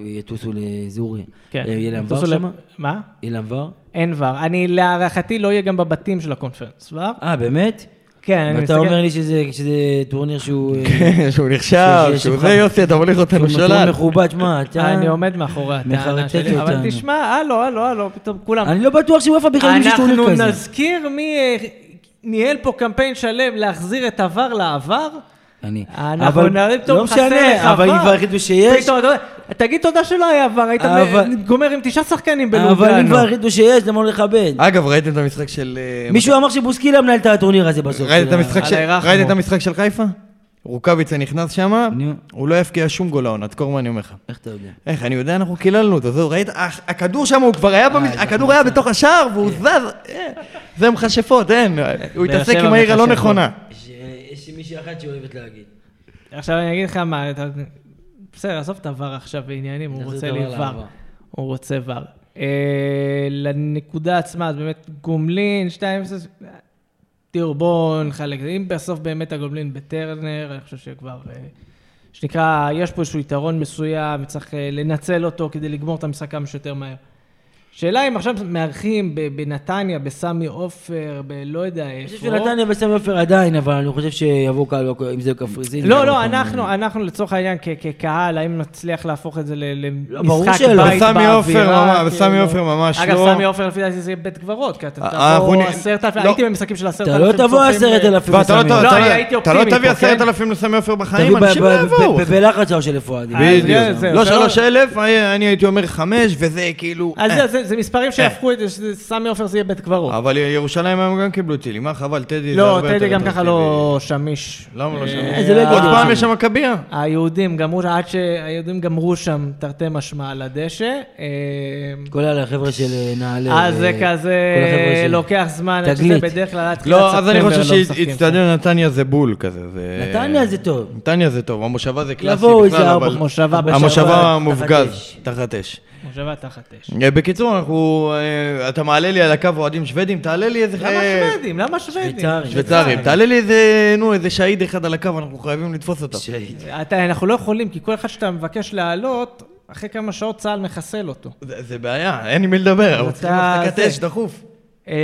ויטוסו לזוריה.
כן.
יהיה להם
טוסו
ור
ל-
שם?
מה?
יהיה להם ור?
אין ור. אני, להערכתי, לא יהיה גם בבתים של הקונפרנס, ור?
אה, באמת?
כן, אני
ואתה
מסתכל...
אומר לי שזה שזה טורניר שהוא... אה,
כן, שהוא נחשב,
שיש-
שהוא
שיש
זה
לך-
יוסי, *laughs* אתה מוליך אותנו
שהוא מטור
שולל.
*laughs*
מכובד, שמע, אתה...
אני עומד מאחורי הטענה
מחרטט
שלי, אבל
אותנו.
תשמע, הלו, הלו, הלו, פתאום כולם...
אני לא בטוח שוופא בכלל יודעים שיש
אנחנו
טורניר כזה.
נזכיר מי אה, ניהל פה קמפיין שלם להחזיר את עבר לעבר.
אני.
אנחנו נראה פתאום
לא
חסר לך עבר.
משנה, אבל אם כבר החליטו שיש,
פתאום, אתה יודע, תגיד תודה שלא היה עבר, היית
אבל-
מ- גומר עם תשעה שחקנים
אבל אם
בלוגרנו.
כבר החליטו שיש, למה לא לכבד?
אגב, ראיתם את המשחק של... אה,
מישהו אמר שבוסקילה מנהל את הטורניר הזה בסוף.
ראית את
של ה-
המשחק של...
על הירחנו.
ראית את המשחק של חיפה? רוקאביצה נכנס שמה,
נו.
הוא לא יפקיע שום גול העונה, תזכור מה אני אומר לך.
איך אתה יודע?
איך, אני יודע, אנחנו קיללנו אותו, זהו, ראית? הח- הכדור שם, הוא כבר
אה,
היה, במש- הכדור
לא
היה בתוך השער, והוא זז, אה, זה מכשפות, אין, אה, הוא
באר
התעסק
שבע
עם העיר הלא
מכשפות. לא,
נכונה.
יש- יש מישהי אחת שאוהבת להגיד.
עכשיו אני אגיד לך מה, אתה... בסדר, עזוב את עבר עכשיו בעניינים, הוא
נחזיר
רוצה
את
לי
עבר לעבר.
ור. הוא רוצה ור. אה, לנקודה עצמה, אז באמת גומלין, 2 תראו, בואו נחלק. אם בסוף באמת הגומלין בטרנר, אני חושב שכבר... אה, שנקרא, יש פה איזשהו יתרון מסוים, וצריך אה, לנצל אותו כדי לגמור את המשחק כמה שיותר מהר. שאלה אם עכשיו מארחים ב- בנתניה, בסמי עופר, בלא יודע
אני
איפה.
חושב שנתניה וסמי עופר עדיין, אבל אני חושב שיבוא קהל, לא- אם זה קפריסין.
לא,
יבוא
לא,
קהל.
אנחנו, אנחנו לצורך העניין כ- כקהל, האם נצליח להפוך את זה ל-
לא, ברור
למשחק
שלא.
בית
סמי
באווירה?
עופר ממש-
כאילו?
סמי עופר ממש
אגב,
לא. אה,
סמי עופר לפי דעתי זה יהיה בית קברות, כי אתה
אנחנו
תבוא
נ-
עשרת אלפים,
לא.
הייתי במשחקים של עשרת
אתה
אלפים.
לא תבוא
צופים,
עשרת
אה,
אלפים
ואתה
לסמי
לא- אתה
לא,
עופר.
לא-
אני הייתי
אתה לא
אופטימי
תביא
פה, כן?
עשרת אלפים לסמי עופר בחיים,
תביא ב-
אנשים לא
ב- ב-
יבואו.
ב- בלחץ עכשיו של פואד.
אה, אז
בדיוק.
זהו,
לא
אתה לא-
שלוש אלף, אה, אני הייתי אומר חמש, וזה כאילו...
אז זה-
אה.
זה- זה מספרים שהפכו את זה, שסמי עופר זה יהיה בית קברות.
אבל ירושלים היום גם קיבלו טילים, מה חבל, טדי אה, אוקיי, זה
לא,
הרבה
טדי
יותר
גם ככה
אטרקטיבי.
לא שמיש.
למה לא
אה,
שם?
זה לא
עוד
הגיוני.
פעם יש שם מכביה.
היהודים גמרו, עד שהיהודים גמרו שם, תרתי משמע, על הדשא. אה,
כל החבר'ה של אה, נעלה.
אז זה
אה, כל החבר'ה
כזה
של-
לוקח זמן, עד שזה
תגלית.
בדרך כלל עד תחילת
לא, אז אני
ספטמבר
חושב
לא משחקים.
שאיצטדיון נתניה זה בול כזה. זה-
נתניה זה טוב.
נתניה זה טוב, המושבה זה קלאסי
יבואו איזה
בכלל,
ארבע
אבל...
מושבה בשבת,
המושבה
תחת
המופגז,
אש.
תחת אש.
מושבה תחת אש.
אה, בקיצור, אנחנו... אה, אתה מעלה לי על הקו אוהדים שוודים, תעלה לי איזה...
למה
אה,
שוודים? למה אה, שוודים?
שוויצרים.
שוויצרים, תעלה לי איזה... נו, איזה שהיד אחד על הקו, אנחנו חייבים לתפוס אותם.
שהיד.
אתה- אנחנו לא יכולים, כי כל אחד שאתה מבקש להעלות, אחרי כמה שעות צה"ל מחסל אותו.
זה זה בעיה, אין עם מי לדבר, אנחנו צריכים
אתה-
הפסקת
זה.
אש, דחוף.
אה,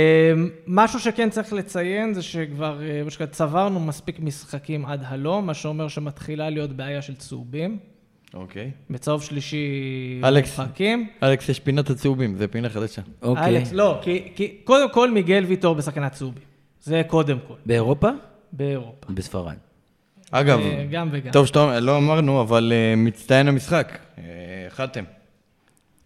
משהו שכן צריך לציין זה שכבר, אה, מה שנקרא, צברנו מספיק משחקים עד הלום, מה שאומר שמתחילה להיות בעיה של צהובים.
אוקיי.
בצהוב שלישי
אלכס.
מורחקים.
אלכס, יש פינת הצהובים, זו פינה חדשה.
אוקיי.
אלכס, לא, כי, כי קודם כל מיגל ויטור בסכנת צהובים. זה קודם כל,
באירופה?
באירופה.
בספרד.
אגב,
אה, גם וגם.
טוב שאתה אומר, לא אמרנו, אבל אה, מצטיין המשחק. אה, חתם.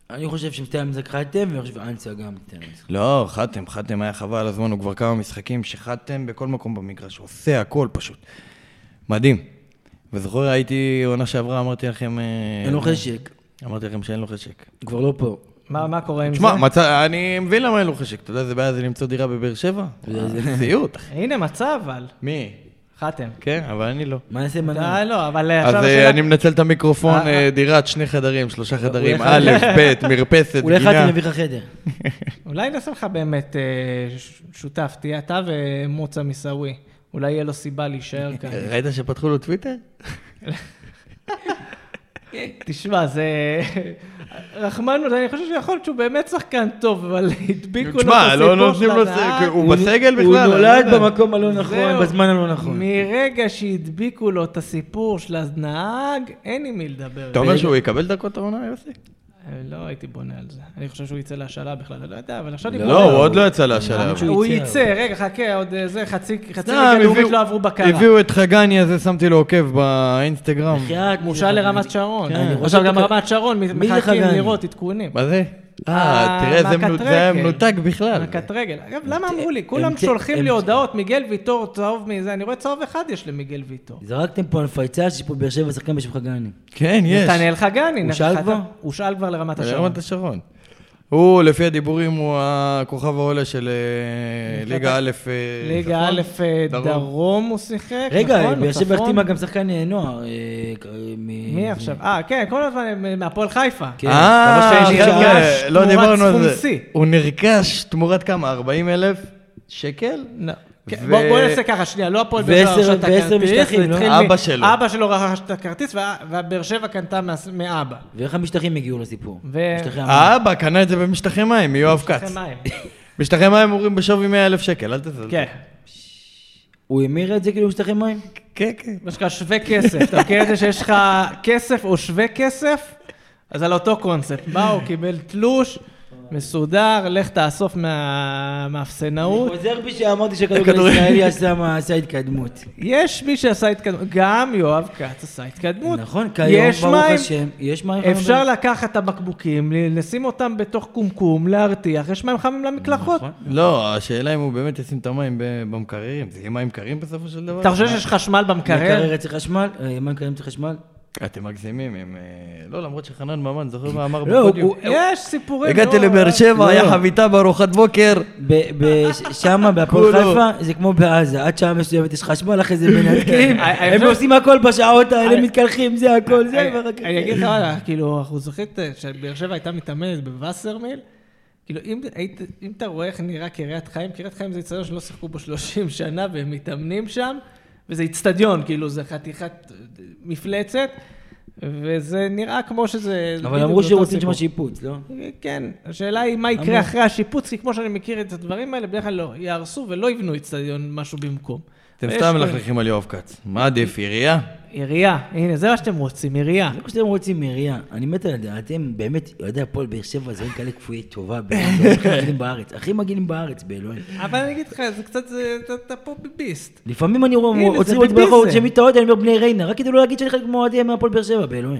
אני חושב שמצטיין המשחק חייתם, ואני חושב שאנסה גם מצטיין המשחק.
לא, חתם, חתם היה חבל על הזמן, הוא כבר כמה משחקים שחתם בכל מקום במגרש, הוא עושה הכל פשוט. מדהים. וזוכר, הייתי עונה שעברה, אמרתי לכם... אה,
אין לו חשק,
אמרתי לכם שאין לו חשק.
הוא כבר לא פה.
מה, מה קורה עם זה?
תשמע, מצא- אני מבין למה אין לו חשק, אתה יודע איזה בעיה זה למצוא דירה בבאר שבע? זה סיוט, אחי.
הנה מצא אבל,
*laughs* מי?
חתם.
כן, אבל אני לא.
מה נעשה עם
אה,
מנהל?
לא, אבל אה,
אז
עכשיו
אה,
השאלה...
אני מנצל את המיקרופון,
אה,
אה,
אה.
דירת שני חדרים, שלושה חדרים,
אחד-
א', ב', מרפסת,
אולי
גינה.
חייתם מביא לך חדר.
כן,
אולי נעשה לך באמת אה, ש- שותף, תהיה אתה ומוצא מסאווי. אולי יהיה לו סיבה
*laughs*
להישאר כאן.
כן. ראית שפתחו לו טוויטר?
תשמע, זה... רחמנות, אני חושב שיכול להיות שהוא באמת שחקן טוב,
*laughs*
אבל הדביקו לו את
תשמע, לא
הסיפור
נותנים
של
לו... זה,
הנהג.
הוא בסגל בכלל?
הוא
אני לא
נולד
יודע.
במקום הלא נכון,
זהו.
בזמן הלא נכון.
מרגע שהדביקו לו את הסיפור של הנהג, אין עם מי לדבר.
אתה אומר שהוא יקבל דקות העונה, יוסי?
לא הייתי בונה על זה. אני חושב שהוא יצא להשאלה בכלל, אני לא יודע, אבל עכשיו אני בונה.
לא, הוא עוד לא יצא להשלב.
שהוא
הוא
יצא.
יצא, רגע, חכה, עוד אה, זה, חצי חצי
סתם,
ליגה לאומית
הביאו-
לא עברו בקרה.
הביאו את חגני הזה, שמתי לו עוקב באינסטגרם.
בחייאת, מי זה
מושל לרמת
חגני?
שרון.
כן, אני רואה
עכשיו
שאתה-
גם רמת שרון,
מי זה
מחכים
חגני?
לראות עדכונים.
מה זה? אה,
אה,
תראה איזה מנו-
מכת
זה היה
רגל.
מנותק בכלל.
מכת רגל. אגב, למה אמרו לי?
הם-
כולם שולחים
הם-
לי הודעות, מיגל ויטור, צהוב מזה, אני רואה צהוב אחד יש למיגל ויטור.
זרקתם פה על פייצה שיש פה באר שבע שחקן בשם חגני.
כן, יש.
נתנאל חגני.
הוא שאל
נחת-
כבר?
הוא שאל כבר לרמת השרון.
רמת השרון. הוא, לפי הדיבורים, הוא הכוכב העולה של אה, ליגה א' אה,
ליגה א'
צפון?
אה, דרום הוא שיחק,
רגע,
נכון?
באר שבע
בצפון.
החתימה גם שחקן אה, נוער. אה, אה, מ-
מי עכשיו? אה, כן, כל הזמן הם מהפועל חיפה.
כן.
אה,
כמה שנרגש
חבר'ה, לא
תמורת
דיברנו על
סכום
זה.
שיא.
הוא נרכש תמורת כמה? 40 אלף שקל?
לא. כן,
ו-
בוא בוא נעשה ככה, שנייה, לא הפועל באר
ועשר-
שבע רכשה את
ועשר
הכרטיס,
משטחים,
זה
לא?
התחיל מ-
אבא שלו.
אבא שלו רכש את הכרטיס, וה- והבאר שבע קנתה מה- מאבא.
ואיך המשטחים הגיעו לסיפור?
ו- אה?
משטחי המים.
האבא קנה את זה במשטחי מים, מיואב כץ.
זה מים.
משטחי מים אומרים בשווי 100 אלף שקל, אל תזלזל.
כן.
הוא המיר את זה כאילו משטחי מים?
כן, כן.
מה שנקרא שווה כסף, אתה מכיר את זה שיש לך כסף או שווה כסף? אז על אותו קונספט, בא, הוא קיבל תלוש, מסודר, לך תאסוף מה- מהאפסנאות.
חוזר בי שאמרתי שכדורגל
הכדורגל-
ישראלי עשה מה- עשה התקדמות.
יש מי שעשה התקדמות, גם יואב כץ עשה התקדמות.
נכון, כיום,
יש
ברוך
מים,
השם, יש מים.
אפשר לקחת את הבקבוקים, ל- לשים אותם בתוך קומקום, להרתיח, יש מים חמים למקלחות.
נכון.
לא, השאלה אם הוא באמת ישים את המים ב- במקררים, זה יהיה מים קרים בסופו של דבר?
אתה חושב שיש חשמל במקרר?
מקרר אצל חשמל? אה, מים קרים אצל חשמל?
אתם מגזימים, הם... אה, לא, למרות שחנן ממן, זוכר מה אמר
לא,
בפודיום?
הוא-
יש סיפורים.
הגעתי
לא,
לבאר שבע,
לא.
היה חביתה בארוחת בוקר.
ב- ב- ש-
*laughs*
שמה, בהפועל
כולו.
חיפה, זה כמו בעזה, עד שעה מסוימת יש חשמל, אחרי זה
*laughs*
מנתקים,
אני- אני
הם
חושב-
עושים הכל בשעות האלה, מתקלחים, זה הכל, זה, ואחר כך...
אה, אני אני אגיד לך, מה, כאילו, אנחנו זוכרים את- שבאר שבע הייתה מתאמנת בווסרמיל, כאילו, אם היית- אם אתה רואה איך נראה קריית חיים, קריית חיים זה איצטדיון שלא שיחקו בו 30 שנה והם מתאמנים שם, וזה איצטדיון, כאילו, זה חתיכת אה, מפלצת, וזה נראה כמו שזה...
אבל
בדיוק
אמרו
זה
שרוצים שם
אותו סיפור.
שיפוץ, לא?
כן, השאלה היא מה
אמרו.
יקרה אחרי השיפוץ, כי כמו שאני מכיר את הדברים האלה, בדרך כלל לא, יהרסו ולא יבנו איצטדיון משהו במקום.
אתם
ויש-
סתם מלכלכים על יואב כץ. מה עדיף, עירייה?
עירייה, הנה, זה מה שאתם רוצים, עירייה.
זה מה שאתם רוצים מעירייה, אני מת על זה, אתם באמת, אוהדי הפועל באר שבע זה כאלה כפויי טובה, באמת,
*laughs*
הכי מגעילים בארץ, הכי מגעילים בארץ, באלוהים.
אבל אני אגיד לך, זה קצת, זה- אתה- אתה פה ביביסט.
לפעמים אני רואה,
הנה, זה
עוצרים אותי
ביביזם.
ברחוב, שמים את האוהד, אני אומר בני ריינה, רק כדי לא להגיד שאני חלק מהאוהדים מהפועל באר שבע, באלוהים.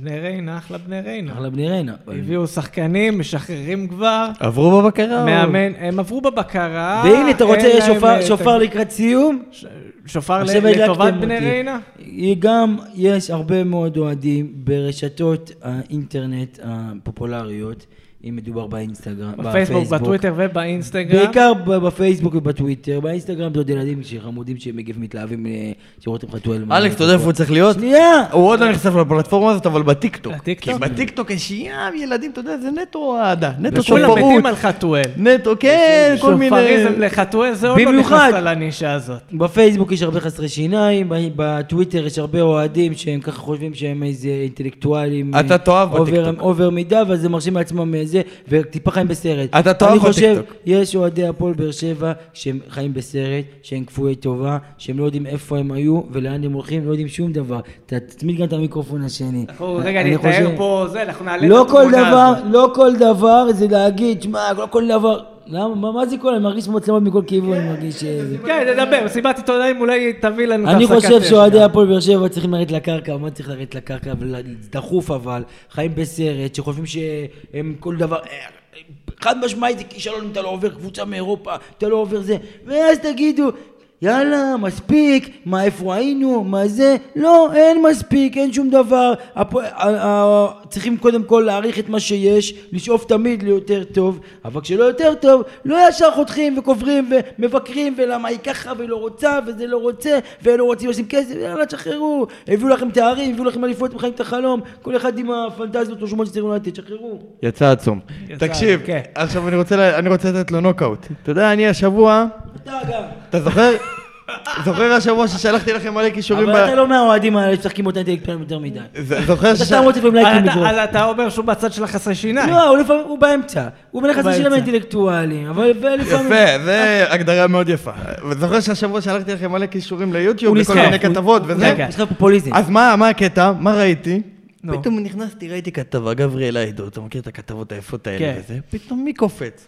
בני ריינה, אחלה בני ריינה.
אחלה בני ריינה.
הביאו שחקנים, משחררים כבר,
עברו בבקרה?
מאמן, הם עברו בבקרה.
והנה, אתה רוצה
אין להם,
שופר-
אה,
שופר
את-
לקראת סיום?
ש- שופר
עכשיו
ל- לטובת
הדלקתם
בני
אותי.
ריינה?
היא גם, יש הרבה מאוד אוהדים ברשתות האינטרנט הפופולריות, אם מדובר באינסטגרם,
בפייסבוק, בטוויטר ובאינסטגרם.
בעיקר ב- בפייסבוק ובטוויטר, באינסטגרם זה עוד ילדים שחמודים שמגיבים מתלהבים אה, שרותם חתואל.
אלכס, אתה יודע איפה הוא צריך להיות?
שנייה!
הוא עוד לא נחשף לפלטפורמה הזאת, אבל בטיקטוק.
לטיקטוק?
כי בטיקטוק יש ים ילדים, אתה יודע, זה נטו אהדה. נטו
וכולם
שופרות.
מתים על חתואל.
נטו, כן, כל מיני...
שופריזם לחתואל, זה עוד לא
במיוחד.
נכנס על הנישה הזאת.
בפייסבוק יש הרבה חסרי שיניים, ב- בטוויטר יש הרבה אוהדים שהם ככה חושבים שהם איזה אינטלקטואלים.
אתה
אה,
תאהב
אובר-
בטיקטוק.
אובר מידה, ואז הם מרשים לעצמם אה, וזה, וטיפה חיים בסרט.
אתה תאהב
אני חושב,
בטיקטוק.
יש אוהדי הפועל באר שבע שהם חיים בסרט, שהם כפויי טובה, שהם לא יודעים איפה הם היו ולאן הם הולכים, לא יודעים שום דבר. ת- תצמיד גם את המיקרופון השני.
אנחנו- נכון, רגע, אני אתאר
חושב-
פה, זה, אנחנו נעלה את
לא כל
התמונה
דבר,
הזאת.
לא כל דבר זה להגיד, שמע, לא כל דבר. למה, מה- מה זה כל, אני מרגיש מצלמה מכל כיוון, אני מרגיש... אה, זה.
כן, תדבר, מסיבת עיתונאים אולי תביא לנו את
אני
הפסקת
חושב
אש
שאוהדי
גם.
הפועל באר שבע צריכים לרדת לקרקע, מה צריך לרדת לקרקע, אבל דחוף אבל, חיים בסרט, שחושבים שהם כל דבר, אה, חד משמעית זה כישלון אם אתה לא עובר קבוצה מאירופה, אתה לא עובר זה, ואז תגידו, יאללה, מספיק, מה איפה היינו, מה זה, לא, אין מספיק, אין שום דבר, הפועל- ה- ה- אה, צריכים קודם כל להעריך את מה שיש, לשאוף תמיד ליותר טוב, אבל כשלא יותר טוב, לא ישר חותכים וקוברים ומבקרים ולמה היא ככה ולא רוצה וזה לא רוצה ולא רוצים לשים כסף, יאללה תשחררו, הביאו לכם תארים, הביאו לכם אליפות, הם חיים את החלום, כל אחד עם הפנטזיות שלו שהוא מנצ'סטר יונייטד, תשחררו.
יצא עצום.
יצא,
תקשיב,
כן.
עכשיו אני רוצה ל- אני רוצה לתת לו נוקאוט. אתה יודע, אני השבוע,
אתה גם.
אתה זוכר? *laughs* זוכר השבוע ששלחתי לכם מלא קישורים ב...
אבל אתה לא מהאוהדים האלה שמשחקים אותה אינטלקטואלים יותר מדי.
ז- זוכר
אתה
שש-
סתם רוצה לפעמים לייקים
אז אתה-
לזרוק.
אז אתה אומר שהוא בצד של החסרי שיניים.
לא, הוא לפעמים, הוא באמצע. הוא בין החצי
באמצע.
שלהם האינטלקטואלים, אבל לפעמים...
יפה, זה הגדרה מאוד יפה. זוכר שהשבוע שלחתי לכם מלא קישורים ליוטיוב
הוא
וכל
נסחף,
מיני
הוא-
כתבות וזה?
רגע.
משחק
כן.
פופוליזם.
אז מה מה הקטע? מה ראיתי?
נו.
פתאום נכנסתי, ראיתי כתבה, גבריאל עידו, אתה מכיר את הכתבות היפות
כן.
האלה וזה? פתאום מי קופץ?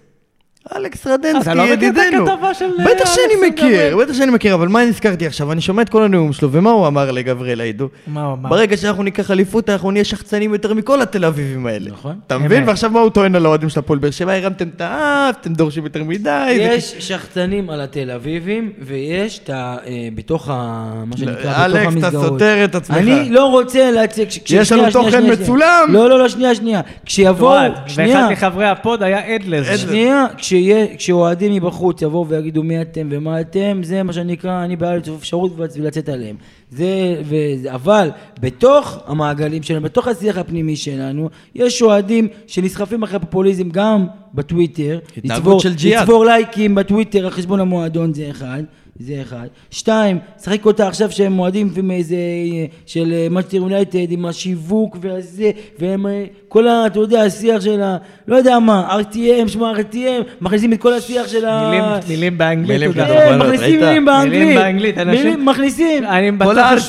אלכס רדנסקי,
אתה לא מכיר את
ידידנו.
הכתבה של, אה,
בטח
אלכס
שאני מכיר,
גבריאל?
בטח שאני מכיר, אבל מה נזכרתי עכשיו? אני שומע את כל הנאום שלו, ומה הוא אמר לגבריאל עידו?
מה הוא אמר?
ברגע שאנחנו ניקח אליפות, אנחנו נהיה שחצנים יותר מכל התל אביבים האלה.
נכון.
אתה
אמת.
מבין? ועכשיו מה הוא טוען על האוהדים של הפועל באר שבע? הרמתם את האף, אתם דורשים יותר מדי. זה
יש שחצנים על התל אביבים, ויש את ה... אה, בתוך ה... מה שנקרא, בתוך המסגרות.
לא, אלכס, אתה סותר את עצמך.
אני לא רוצה להציג... כש- כש-
יש
שנייה, שנייה,
לנו תוכן
שנייה, שנייה.
מצולם.
לא, לא, לא, שנייה, שנייה. כשיבואו...
אוהד,
שנייה.
ואחד מחברי הפוד היה עד לזה.
עד-
שנייה, כשיה- כשאוהדים מבחוץ יבואו ויגידו מי אתם ומה אתם, זה מה שנקרא, אני בעד לצוף אפשרות ולצאת עליהם. זה, וזה, אבל בתוך המעגלים שלנו, בתוך השיח הפנימי שלנו, יש אוהדים שנסחפים אחרי פופוליזם גם בטוויטר.
התנהגות
לצבור-
של ג'יהאד.
לצבור לייקים בטוויטר על חשבון המועדון, זה אחד. זה אחד. שתיים, שחק אותה עכשיו שהם אוהדים מאיזה... של אה, מנצ'סטר יונייטד עם השיווק והזה, והם... אה, כל ה... אתה יודע, השיח של ה... לא יודע מה, RTM, שמע RTM, מכניסים את כל השיח של ה...
מילים- מילים באנגלית,
מילים
תודה.
כתוב.
כן,
בנות,
מכניסים
ראית?
מילים באנגלית.
מילים באנגלית, אנשים-
מילים- מכניסים.
אני
כל
בטוח
ה-RTM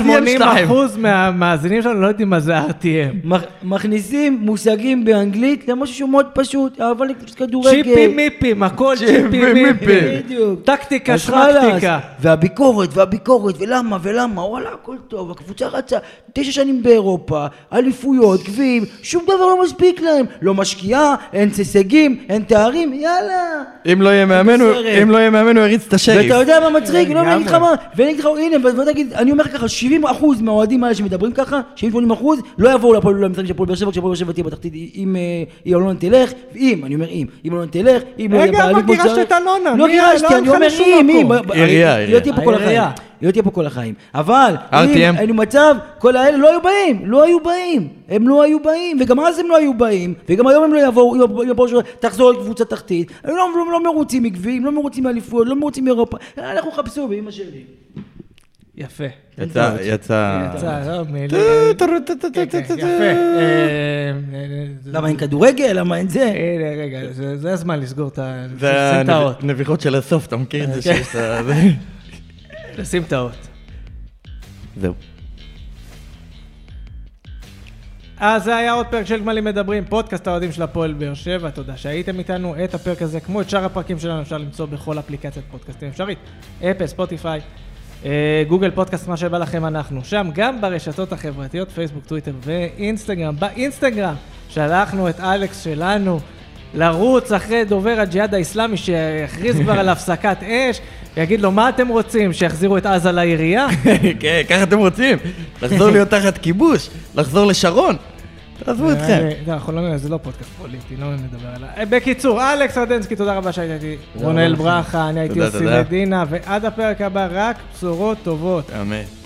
ש-80% מהמאזינים שלנו לא יודעים מה זה RTM.
מכ- מכניסים מושגים באנגלית למשהו שהוא מאוד פשוט, אבל כדורגל.
צ'יפי מיפים, הכל צ'יפי
צ'יפי
מיפים.
מיפים.
בדיוק.
טקטיקה,
אז חלאס.
שמקטיקה.
והביקורת, והביקורת, ולמה, ולמה, וואלה, הכל טוב, הקבוצה רצה תשע שנים באירופה, אליפויות, גביעים, שום דבר לא מספיק להם, לא משקיעה, אין הישגים, אין תארים, יאללה.
אם לא יהיה מאמן, הוא-
בסרט.
אם לא יהיה מאמן, הוא יריץ את השריף.
ואתה יודע מה מצחיק? לא, ואני אגיד לך
כן, לגמרי.
מה, ואני אגיד לך, הנה, ו- ואתה תגיד, אני אומר לך ככה, 70% מהאוהדים האלה שמדברים ככה, 70-80% לא יבואו לפועל למשחק של הפועל באר שבע, כשהפועל באר שבע תהיה בתחתית, אם אה, היא אלונה תלך, אם, אני אומר אם, אם אלונה תלך, אם לא
רגע,
יהיה בעלים
אבל
כמו
גירשת
שצריך.
את אלונה,
לא
מי- לא
גירשתי,
הלכה
אני אומר
לשום
אם, אם,
מקום.
ב- ב-
עירייה,
היא לא תהיה פה כל
עירייה.
החיים, היא לא תהיה פה כל החיים, אבל, אם
RTM.
היינו מצב, כל האלה לא היו באים, לא היו באים, הם לא היו באים, וגם אז הם לא היו באים, וגם היום הם לא יבואו, יבואו- יבואו, ש- תחזור לקבוצה תחתית, הם לא, לא, לא מרוצים מגביעים, לא מרוצים מאליפויות, לא מרוצים מאירופה, אה, לכו חפשו באמא שלי.
יפה.
יצא, יצא.
יצא, לא, מילים. כן, כן, יפה.
יפה.
אה,
למה אין כדורגל, למה אין זה?
הנה, רגע, זה זה הזמן לסגור את ה...
זה
לשים את האות.
הנביחות של הסוף, אתה מכיר את זה
כן.
שיש את ה... זה?
לשים את האות.
זהו. *laughs*
אז אה, זה היה עוד פרק של גמלים מדברים, פודקאסט האוהדים של הפועל באר שבע, תודה שהייתם איתנו. את הפרק הזה, כמו את שאר הפרקים שלנו, אפשר למצוא בכל אפליקציית פודקאסטים אפשרית. אפל, ספוטיפיי, אה, גוגל פודקאסט, מה שבא לכם אנחנו שם, גם ברשתות החברתיות, פייסבוק, טוויטר ואינסטגרם. באינסטגרם שלחנו את אלכס שלנו לרוץ אחרי דובר הג'יהאד האיסלאמי שהכריז כבר על הפסקת אש, ויגיד לו, מה אתם רוצים, שיחזירו את עזה לעירייה?
כן, ככה אתם
*laughs*
רוצים? לחזור להיות תחת כיבוש? לחזור לשרון? תעזבו אתכם.
אה, לא, אנחנו לא, זה לא פודקאסט פוליטי, לא נדבר עליו. אה, בקיצור, אלכס רדנסקי, תודה רבה שהיית איתי.
תודה רבה
רונאל
לכם.
ברכה, אני הייתי
תודה,
יוסי
תודה.
מדינה, ועד הפרק הבא, רק בשורות טובות.
אמן.